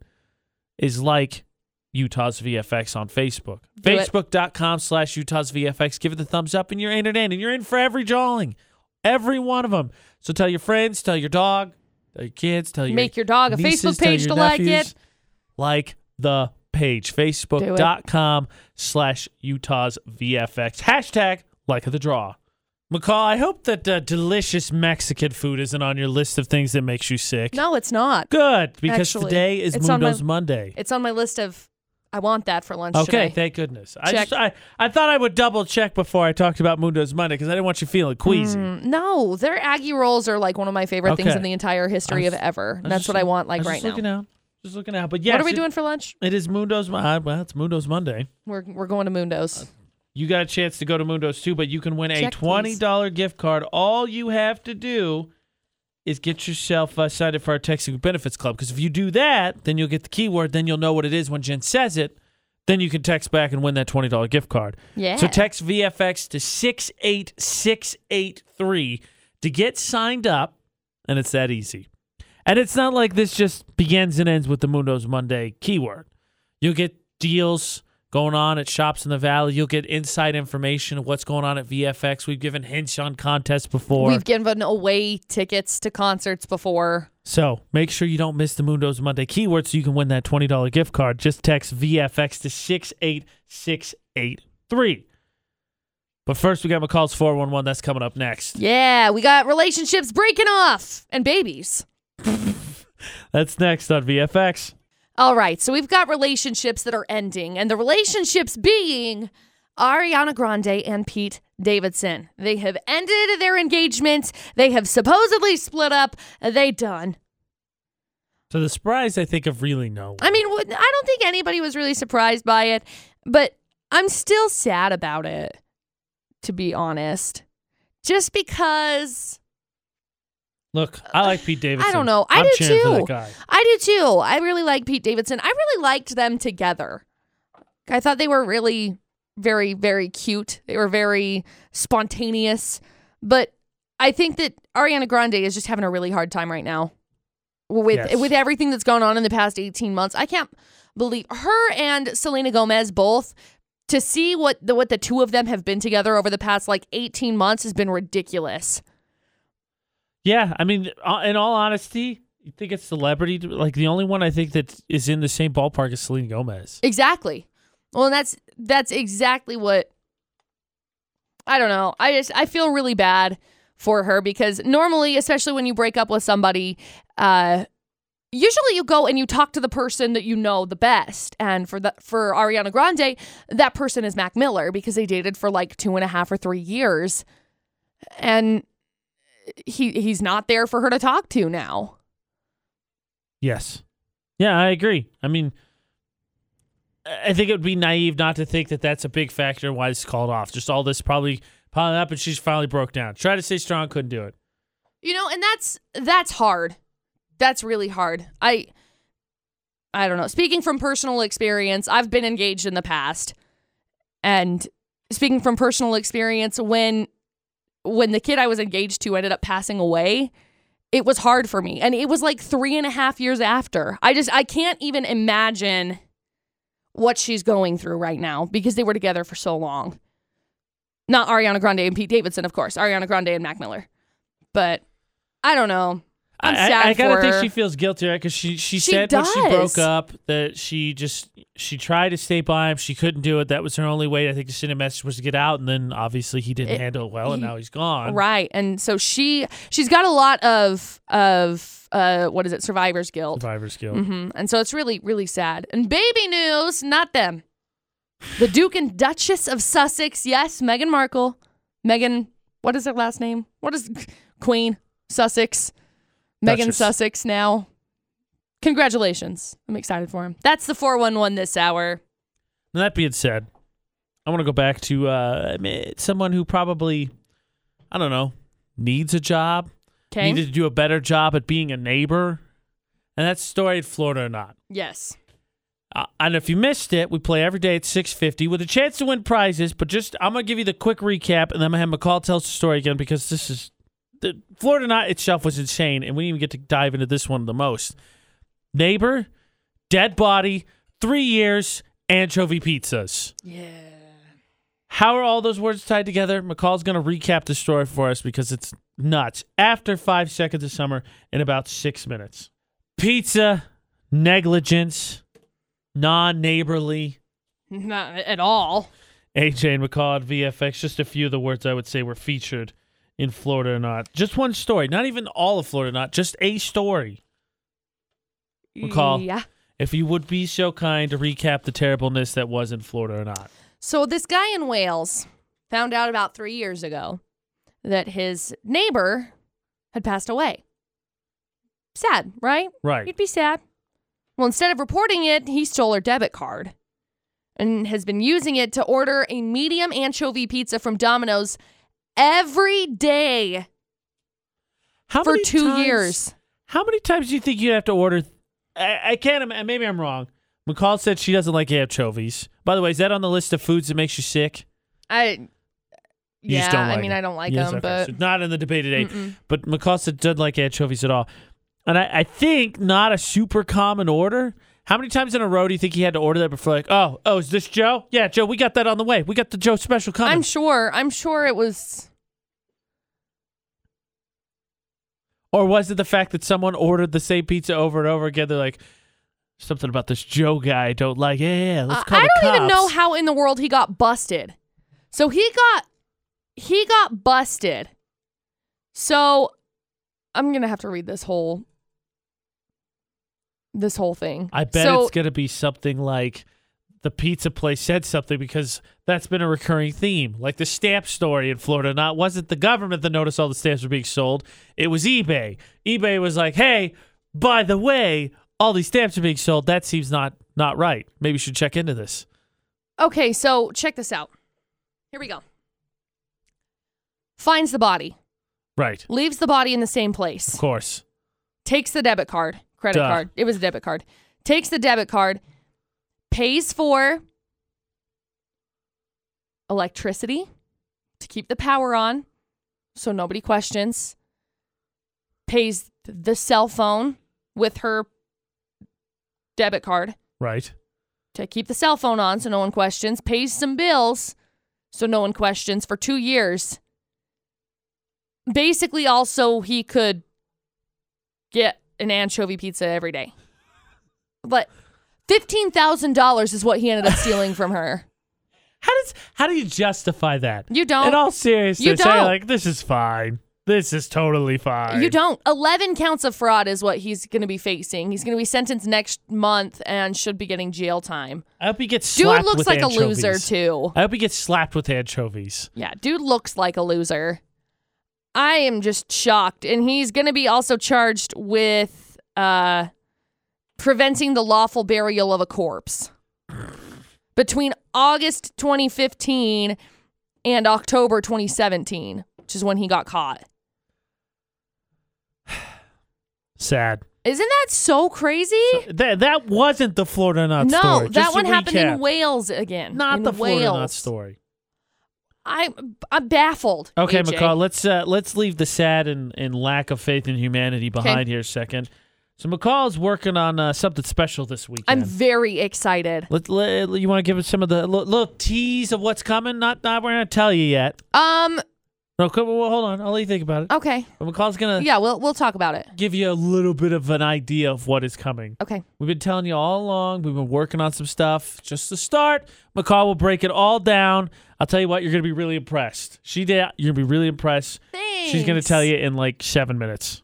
[SPEAKER 1] is like Utah's VFX on Facebook.
[SPEAKER 2] Do it.
[SPEAKER 1] Facebook.com slash Utah's VFX. Give it the thumbs up and you're entered in. And you're in for every drawing, every one of them. So tell your friends, tell your dog, tell your kids, tell your
[SPEAKER 2] Make your dog a
[SPEAKER 1] nieces,
[SPEAKER 2] Facebook
[SPEAKER 1] tell
[SPEAKER 2] page
[SPEAKER 1] your
[SPEAKER 2] to like
[SPEAKER 1] nephews,
[SPEAKER 2] it.
[SPEAKER 1] Like the page. Facebook.com slash Utah's VFX. Hashtag like of the draw. McCall, I hope that uh, delicious Mexican food isn't on your list of things that makes you sick.
[SPEAKER 2] No, it's not.
[SPEAKER 1] Good, because
[SPEAKER 2] Actually,
[SPEAKER 1] today is
[SPEAKER 2] it's on my-
[SPEAKER 1] Mundo's Monday.
[SPEAKER 2] It's on my list of I want that for lunch
[SPEAKER 1] Okay,
[SPEAKER 2] today.
[SPEAKER 1] thank goodness. I,
[SPEAKER 2] Check.
[SPEAKER 1] just, I I thought I would double check before I talked about Mundo's Monday because I didn't want you feeling queasy.
[SPEAKER 2] Mm, no, their Aggie rolls are like one of my favorite things
[SPEAKER 1] Okay.
[SPEAKER 2] in the entire history
[SPEAKER 1] I was-
[SPEAKER 2] of ever.
[SPEAKER 1] was
[SPEAKER 2] That's
[SPEAKER 1] just
[SPEAKER 2] what I
[SPEAKER 1] look-
[SPEAKER 2] want
[SPEAKER 1] I
[SPEAKER 2] like
[SPEAKER 1] was
[SPEAKER 2] right
[SPEAKER 1] just
[SPEAKER 2] now.
[SPEAKER 1] Looking out, just looking out. But yes,
[SPEAKER 2] what are we
[SPEAKER 1] it-
[SPEAKER 2] doing for lunch?
[SPEAKER 1] It is Mundo's. Mon- uh, Well, it's Mundo's Monday.
[SPEAKER 2] We're we're going to
[SPEAKER 1] Uh,
[SPEAKER 2] Mundo's.
[SPEAKER 1] You got a chance to go to Mundo's too, but you can win
[SPEAKER 2] Check,
[SPEAKER 1] a
[SPEAKER 2] please.
[SPEAKER 1] twenty dollar gift card. All you have to do is get yourself uh, signed up for our Texas Benefits Club. Because if you do that, then you'll get the keyword. Then you'll know what it is when Jen says it. Then you can text back and win that twenty dollar gift card.
[SPEAKER 2] Yeah.
[SPEAKER 1] So text VFX to 68683 to get signed up, and it's that easy. And it's not like this just begins and ends with the Mundo's Monday keyword. You'll get deals going on at shops in the valley. You'll get inside information of what's going on at VFX. We've given hints on contests before.
[SPEAKER 2] We've given away tickets to concerts before.
[SPEAKER 1] So make sure you don't miss the Mundo's Monday keyword so you can win that $20 gift card. Just text VFX to 68683. But first, we got McCall's 411. That's coming up next.
[SPEAKER 2] Yeah, we got relationships breaking off and babies.
[SPEAKER 1] That's next on VFX.
[SPEAKER 2] All right, so we've got relationships that are ending, and the relationships being Ariana Grande and Pete Davidson. They have ended their engagement. They have supposedly split up. They done.
[SPEAKER 1] To the surprise, I think, of really no.
[SPEAKER 2] I mean, wouldn't- I don't think anybody was really surprised by it, but I'm still sad about it, to be honest. Just because
[SPEAKER 1] Look, I like Pete Davidson.
[SPEAKER 2] Uh, I don't know. I
[SPEAKER 1] am
[SPEAKER 2] do
[SPEAKER 1] cheering For that
[SPEAKER 2] too.
[SPEAKER 1] guy.
[SPEAKER 2] I do too. I really like Pete Davidson. I really liked them together. I thought they were really very, very cute. They were very spontaneous. But I think that Ariana Grande is just having a really hard time right now with
[SPEAKER 1] Yes.
[SPEAKER 2] with everything that's gone on in the past 18 months. I can't believe her and Selena Gomez both to see what the what the two of them have been together over the past like 18 months has been ridiculous.
[SPEAKER 1] Yeah, I mean, uh, in all honesty, you think it's celebrity? Like the only one I think that is in the same ballpark as Selena Gomez.
[SPEAKER 2] Exactly. Well, and that's that's exactly what I don't know. I just I feel really bad for her because normally, especially when you break up with somebody, uh usually you go and you talk to the person that you know the best. And for the for Ariana Grande, that person is Mac Miller because they dated for like two and a half or three years. And he he's not there for her to talk to now.
[SPEAKER 1] Yes. Yeah, I agree. I mean, I I think it would be naive not to think that that's a big factor in why it's called off. Just all this probably piling up, and she's finally broke down. Tried to stay strong, couldn't do it.
[SPEAKER 2] You know, and that's that's hard. That's really hard. I I don't know. Speaking from personal experience, I've been engaged in the past. And speaking from personal experience, when when the kid I was engaged to ended up passing away, it was hard for me. And it was like three and a half years after. I just I can't even imagine what she's going through right now because they were together for so long. Not Ariana Grande and Pete Davidson, of course. Ariana Grande and Mac Miller. But I don't know. I'm
[SPEAKER 1] I- I-
[SPEAKER 2] sad
[SPEAKER 1] I, gotta
[SPEAKER 2] for
[SPEAKER 1] think
[SPEAKER 2] her.
[SPEAKER 1] she feels guilty, right? Because she, she
[SPEAKER 2] She
[SPEAKER 1] said when she
[SPEAKER 2] does.
[SPEAKER 1] broke up that she just she tried to stay by him, she couldn't do it. That was her only way. I think to send a message was to get out, and then obviously he didn't
[SPEAKER 2] It-
[SPEAKER 1] handle it well, and
[SPEAKER 2] he-
[SPEAKER 1] now he's gone.
[SPEAKER 2] Right. And so she she's got a lot of of uh what is it? Survivor's guilt.
[SPEAKER 1] Survivor's guilt.
[SPEAKER 2] hmm And so it's really really sad. And baby news, not them. The Duke and Duchess of Sussex. Yes, Meghan Markle. Meghan what is her last name? What is Queen Sussex? Meghan
[SPEAKER 1] Duchess.
[SPEAKER 2] Sussex now. Congratulations. I'm excited for him. That's the 411 this hour.
[SPEAKER 1] Now, that being said, I want to go back to uh, I mean, someone who probably, I don't know, needs a job,
[SPEAKER 2] Okay.
[SPEAKER 1] needed to do a better job at being a neighbor. And that's story in Florida or not.
[SPEAKER 2] yes.
[SPEAKER 1] Uh, and if you missed it, we play every day at 6.50 with a chance to win prizes. But just, I'm going to give you the quick recap, and then I'm going to have McCall tell us the story again because this is, the Florida Not itself was insane, and we didn't even get to dive into this one the most. Neighbor, dead body, three years, anchovy pizzas.
[SPEAKER 2] Yeah.
[SPEAKER 1] How are all those words tied together? McCall's going to recap the story for us because it's nuts. After five seconds of summer in about six minutes. Pizza, negligence, non neighborly.
[SPEAKER 2] Not at all.
[SPEAKER 1] AJ and McCall at VFX. Just a few of the words I would say were featured in Florida or not. Just one story. Not even all of Florida or not. Just a story. McCall.
[SPEAKER 2] Yeah.
[SPEAKER 1] If you would be so kind to recap the terribleness that was in Florida or not.
[SPEAKER 2] So this guy in Wales found out about three years ago that his neighbor had passed away. Sad, right?
[SPEAKER 1] Right.
[SPEAKER 2] You'd be sad. Well, instead of reporting it, he stole her debit card and has been using it to order a medium anchovy pizza from Domino's every day
[SPEAKER 1] How
[SPEAKER 2] for
[SPEAKER 1] many
[SPEAKER 2] two
[SPEAKER 1] times-
[SPEAKER 2] years.
[SPEAKER 1] How many times do you think you'd have to order? I, I can't. ima- Maybe I'm wrong. McCall said she doesn't like anchovies. By the way, is that on the list of foods that makes you sick?
[SPEAKER 2] I
[SPEAKER 1] You
[SPEAKER 2] yeah,
[SPEAKER 1] just don't
[SPEAKER 2] I
[SPEAKER 1] like
[SPEAKER 2] mean,
[SPEAKER 1] it.
[SPEAKER 2] I don't like
[SPEAKER 1] Yes,
[SPEAKER 2] them,
[SPEAKER 1] okay.
[SPEAKER 2] but
[SPEAKER 1] So not in the debate today.
[SPEAKER 2] Mm-mm.
[SPEAKER 1] But McCall said doesn't like anchovies at all, and I, I think not a super common order. How many times in a row do you think he had to order that before? Like, oh, oh, is this Joe? Yeah, Joe, we got that on the way. We got the Joe special coming.
[SPEAKER 2] I'm sure. I'm sure it was.
[SPEAKER 1] Or was it the fact that someone ordered the same pizza over and over again? They're like, something about this Joe guy I don't like. Yeah, yeah, yeah, let's
[SPEAKER 2] I-
[SPEAKER 1] call
[SPEAKER 2] I
[SPEAKER 1] the
[SPEAKER 2] don't even know
[SPEAKER 1] cops.
[SPEAKER 2] how in the world he got busted. So he got he got busted. So I'm gonna have to read this whole this whole thing.
[SPEAKER 1] I bet
[SPEAKER 2] so,
[SPEAKER 1] it's going to be something like the pizza place said something because that's been a recurring theme. Like the stamp story in Florida, not wasn't the government that noticed all the stamps were being sold. It was eBay. eBay was like, "Hey, by the way, all these stamps are being sold. That seems not not right. Maybe you should check into this."
[SPEAKER 2] Okay, so check this out. Here we go. Finds the body.
[SPEAKER 1] Right.
[SPEAKER 2] leaves the body in the same place,
[SPEAKER 1] Of course.
[SPEAKER 2] takes the debit card, credit
[SPEAKER 1] Duh.
[SPEAKER 2] card. It was a debit card. Takes the debit card, pays for electricity to keep the power on so nobody questions, pays the cell phone with her debit card.
[SPEAKER 1] Right.
[SPEAKER 2] to keep the cell phone on so no one questions, pays some bills so no one questions for two years. Basically, also, he could get an anchovy pizza every day. But $15,000 is what he ended up stealing from her.
[SPEAKER 1] How does how do you justify that?
[SPEAKER 2] You don't.
[SPEAKER 1] In all seriousness,
[SPEAKER 2] You
[SPEAKER 1] say,
[SPEAKER 2] don't.
[SPEAKER 1] like this is fine. This is totally fine.
[SPEAKER 2] You don't. 11 counts of fraud is what he's going to be facing. He's going to be sentenced next month and should be getting jail time.
[SPEAKER 1] I hope he gets
[SPEAKER 2] Dude
[SPEAKER 1] slapped
[SPEAKER 2] looks
[SPEAKER 1] with
[SPEAKER 2] like
[SPEAKER 1] anchovies.
[SPEAKER 2] a loser, too.
[SPEAKER 1] I hope he gets slapped with anchovies.
[SPEAKER 2] Yeah, dude looks like a loser. I am just shocked. And he's going to be also charged with uh, preventing the lawful burial of a corpse. Between August 2015 and October 2017, which is when he got caught.
[SPEAKER 1] Sad.
[SPEAKER 2] Isn't that so crazy?
[SPEAKER 1] That that wasn't the Florida Nut
[SPEAKER 2] no,
[SPEAKER 1] story.
[SPEAKER 2] that
[SPEAKER 1] Just to
[SPEAKER 2] one happened
[SPEAKER 1] recap.
[SPEAKER 2] in Wales again.
[SPEAKER 1] Not
[SPEAKER 2] in
[SPEAKER 1] the
[SPEAKER 2] Wales.
[SPEAKER 1] Florida Nut story.
[SPEAKER 2] I'm, I'm baffled.
[SPEAKER 1] Okay,
[SPEAKER 2] AJ.
[SPEAKER 1] McCall, let's uh, let's leave the sad and, and lack of faith in humanity behind here a second. So McCall's working on uh, something special this weekend.
[SPEAKER 2] I'm very excited.
[SPEAKER 1] Let, let, you want to give us some of the little, little tease of what's coming? Not, not we're not tell you yet.
[SPEAKER 2] Um.
[SPEAKER 1] No, come, well, hold on. I'll let you think about it.
[SPEAKER 2] Okay.
[SPEAKER 1] But McCall's gonna
[SPEAKER 2] Uh, Yeah, we'll we'll talk about it.
[SPEAKER 1] give you a little bit of an idea of what is coming.
[SPEAKER 2] Okay.
[SPEAKER 1] We've been telling you all along. We've been working on some stuff. Just to start, McCall will break it all down. I'll tell you what, you're gonna be really impressed. She did. You're gonna be really impressed.
[SPEAKER 2] Thanks.
[SPEAKER 1] She's going to tell you in like seven minutes.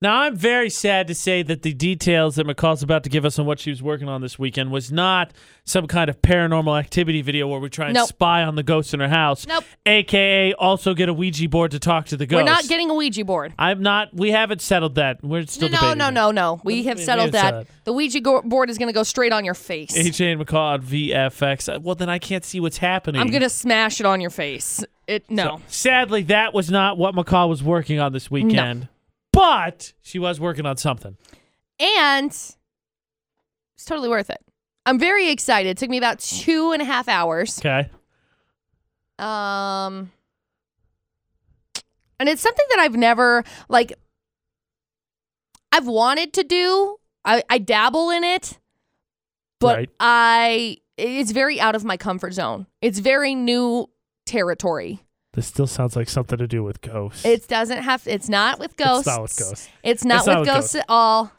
[SPEAKER 1] Now, I'm very sad to say that the details that McCall's about to give us on what she was working on this weekend was not some kind of paranormal activity video where we try and
[SPEAKER 2] Nope.
[SPEAKER 1] spy on the ghost in her house.
[SPEAKER 2] Nope.
[SPEAKER 1] AKA also get a Ouija board to talk to the ghost.
[SPEAKER 2] We're not getting a Ouija board.
[SPEAKER 1] I'm not. We haven't settled that. We're still
[SPEAKER 2] no,
[SPEAKER 1] debating.
[SPEAKER 2] no,
[SPEAKER 1] it.
[SPEAKER 2] no, no. We have
[SPEAKER 1] We- we
[SPEAKER 2] settled
[SPEAKER 1] have
[SPEAKER 2] that.
[SPEAKER 1] settled.
[SPEAKER 2] The Ouija go- board is going to go straight on your face.
[SPEAKER 1] AJ and McCall on VFX. Uh, Well, then I can't see what's happening.
[SPEAKER 2] I'm going to smash it on your face. It no.
[SPEAKER 1] Sadly, that was not what McCall was working on this weekend. But she was working on something.
[SPEAKER 2] And it's totally worth it. I'm very excited. It took me about two and a half hours.
[SPEAKER 1] Okay.
[SPEAKER 2] Um and it's something that I've never like I've wanted to do. I, I dabble in it, but
[SPEAKER 1] Right.
[SPEAKER 2] I it's very out of my comfort zone. It's very new territory.
[SPEAKER 1] This still sounds like something to do with ghosts.
[SPEAKER 2] It doesn't have. It's not with ghosts.
[SPEAKER 1] It's not with ghosts.
[SPEAKER 2] It's not
[SPEAKER 1] It's not
[SPEAKER 2] with
[SPEAKER 1] with
[SPEAKER 2] ghosts at all.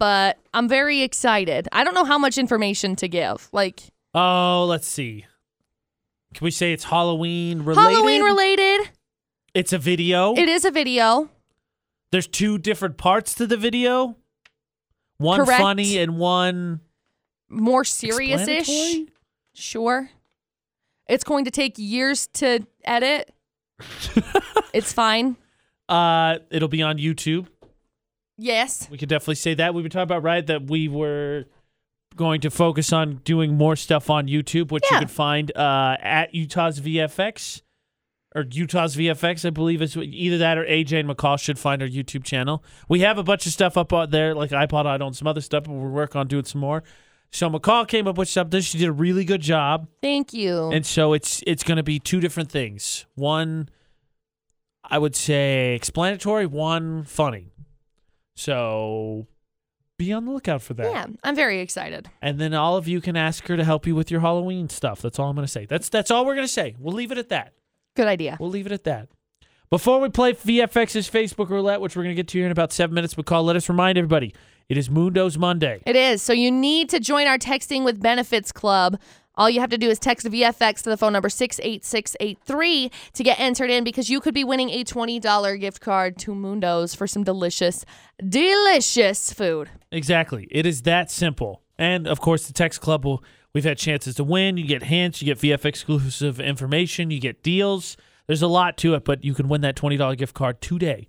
[SPEAKER 2] But I'm very excited. I don't know how much information to give. Like
[SPEAKER 1] Oh, let's see. Can we say it's Halloween related? Oh.
[SPEAKER 2] Halloween related.
[SPEAKER 1] It's a video.
[SPEAKER 2] It is a video.
[SPEAKER 1] There's two different parts to the video. One
[SPEAKER 2] Correct.
[SPEAKER 1] funny and one
[SPEAKER 2] More serious ish.
[SPEAKER 1] explanatory?
[SPEAKER 2] Sure. It's going to take years to edit. it's fine.
[SPEAKER 1] Uh, it'll be on YouTube.
[SPEAKER 2] Yes.
[SPEAKER 1] We could definitely say that. We've been talking about right that we were going to focus on doing more stuff on YouTube, which
[SPEAKER 2] Yeah.
[SPEAKER 1] you could find uh, at Utah's VFX or Utah's VFX, I believe is what- either that or AJ and McCall should find our YouTube channel. We have a bunch of stuff up out there, like iPod I and some other stuff, but we're working on doing some more. So McCall came up with something. She did a really good job,
[SPEAKER 2] Thank you.
[SPEAKER 1] and so it's it's going to be two different things. One, I would say explanatory. One funny. So be on the lookout for that.
[SPEAKER 2] yeah, I'm very excited.
[SPEAKER 1] And then all of you can ask her to help you with your Halloween stuff. That's all I'm going to say. That's that's all we're going to say. We'll leave it at that.
[SPEAKER 2] Good idea.
[SPEAKER 1] We'll leave it at that. Before we play VFX's Facebook roulette, which we're going to get to here in about seven minutes, McCall, let us remind everybody it is Mundo's Monday.
[SPEAKER 2] It is. So you need to join our Texting with Benefits Club. All you have to do is text VFX to the phone number 68683 to get entered in because you could be winning a $20 gift card to Mundo's for some delicious, delicious food.
[SPEAKER 1] Exactly. It is that simple. And of course, the text club will. We've had chances to win. You get hints. You get VF exclusive information. You get deals. There's a lot to it, but you can win that twenty dollar gift card today.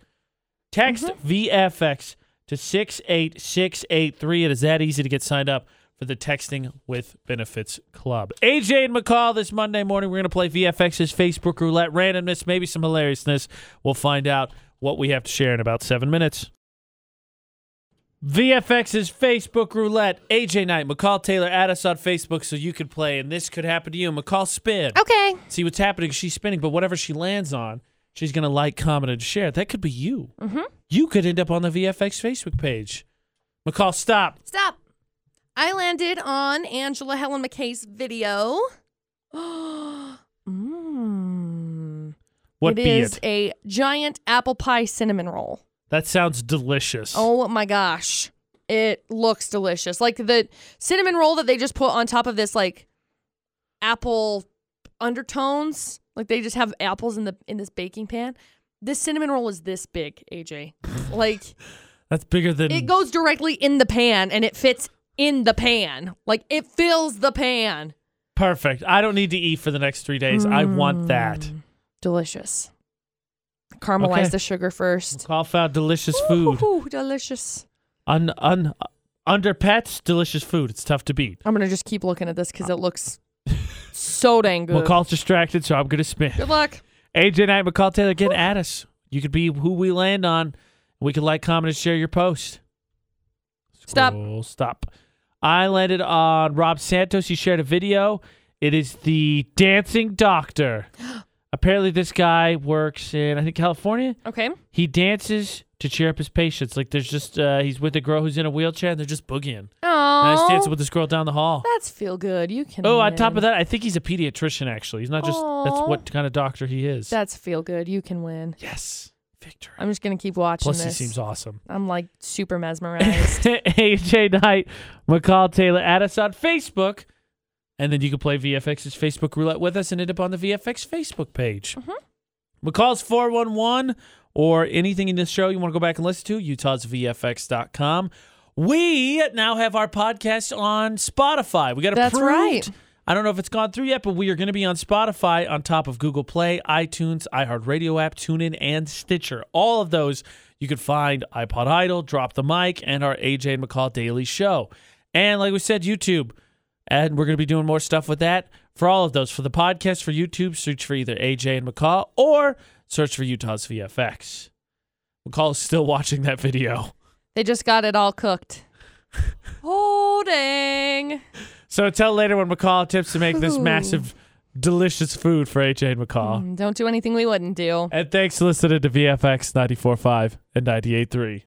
[SPEAKER 1] Text VFX to six eight six eight three. It is that easy to get signed up for for the Texting with Benefits Club. AJ and McCall this Monday morning. We're going to play VFX's Facebook roulette randomness, maybe some hilariousness. We'll find out what we have to share in about seven minutes. VFX's Facebook roulette. AJ Knight, McCall Taylor, add us on Facebook so you can play, and this could happen to you. McCall, spin.
[SPEAKER 2] Okay.
[SPEAKER 1] See what's happening. She's spinning, but whatever she lands on, she's going to like, comment, and share. That could be you.
[SPEAKER 2] Mm-hmm.
[SPEAKER 1] You could end up on the VFX Facebook page. McCall, stop.
[SPEAKER 2] Stop. I landed on Angela Helen McKay's video. mm.
[SPEAKER 1] What
[SPEAKER 2] it
[SPEAKER 1] be
[SPEAKER 2] is
[SPEAKER 1] it?
[SPEAKER 2] a giant apple pie cinnamon roll.
[SPEAKER 1] That sounds delicious.
[SPEAKER 2] Oh my gosh. It looks delicious. Like the cinnamon roll that they just put on top of this like apple undertones. Like they just have apples in the in this baking pan. This cinnamon roll is this big, AJ. Like
[SPEAKER 1] That's bigger than.
[SPEAKER 2] it goes directly in the pan and it fits in the pan. Like it fills the pan.
[SPEAKER 1] Perfect. I don't need to eat for the next three days. I
[SPEAKER 2] Mm.
[SPEAKER 1] want that.
[SPEAKER 2] Delicious. Caramelize
[SPEAKER 1] Okay.
[SPEAKER 2] the sugar first.
[SPEAKER 1] McCall found delicious food.
[SPEAKER 2] Ooh, delicious.
[SPEAKER 1] Un, un, under pets, delicious food. It's tough to beat.
[SPEAKER 2] I'm gonna just keep looking at this because it looks so dang good.
[SPEAKER 1] McCall's distracted, so I'm going to spin.
[SPEAKER 2] good luck.
[SPEAKER 1] AJ Knight, McCall Taylor, get at us. You could be who we land on. We could like, comment, and share your post.
[SPEAKER 2] Stop.
[SPEAKER 1] Scroll, stop. I landed on Rob Santos. He shared a video. It is the dancing doctor. Apparently, this guy works in, I think, California.
[SPEAKER 2] Okay.
[SPEAKER 1] He dances to cheer up his patients. Like, there's just, uh, he's with a girl who's in a wheelchair and they're just boogieing. And I just dancing
[SPEAKER 2] Oh,
[SPEAKER 1] with this girl down the hall.
[SPEAKER 2] that's feel good. You can.
[SPEAKER 1] Oh,
[SPEAKER 2] win.
[SPEAKER 1] on top of that, I think he's a pediatrician, actually. He's not just,
[SPEAKER 2] Aw.
[SPEAKER 1] that's what kind of doctor he is.
[SPEAKER 2] that's feel good. You can win.
[SPEAKER 1] yes. Victory.
[SPEAKER 2] I'm just gonna keep watching
[SPEAKER 1] Plus,
[SPEAKER 2] this.
[SPEAKER 1] he seems awesome.
[SPEAKER 2] I'm like super mesmerized.
[SPEAKER 1] AJ Knight, McCall Taylor, add us on Facebook. And then you can play VFX's Facebook roulette with us and end up on the VFX Facebook page. McCall's 411 or anything in this show you want to go back and listen to, utahsvfx.com. We now have our podcast on Spotify. We got
[SPEAKER 2] That's
[SPEAKER 1] approved.
[SPEAKER 2] right.
[SPEAKER 1] I don't know if it's gone through yet, but we are going to be on Spotify on top of Google Play, iTunes, iHeartRadio app, TuneIn, and Stitcher. All of those you can find iPod Idol, Drop the Mic, and our AJ and McCall Daily Show. And like we said, YouTube. And we're going to be doing more stuff with that for all of those. For the podcast, for YouTube, search for either AJ and McCall or search for Utah's VFX. McCall is still watching that video.
[SPEAKER 2] they just got it all cooked. Oh dang.
[SPEAKER 1] So tell later when McCall tips to make this
[SPEAKER 2] Ooh.
[SPEAKER 1] massive, delicious food for AJ and McCall.
[SPEAKER 2] Mm, Don't do anything we wouldn't do.
[SPEAKER 1] And thanks for listening to VFX 94.5 and 98.3.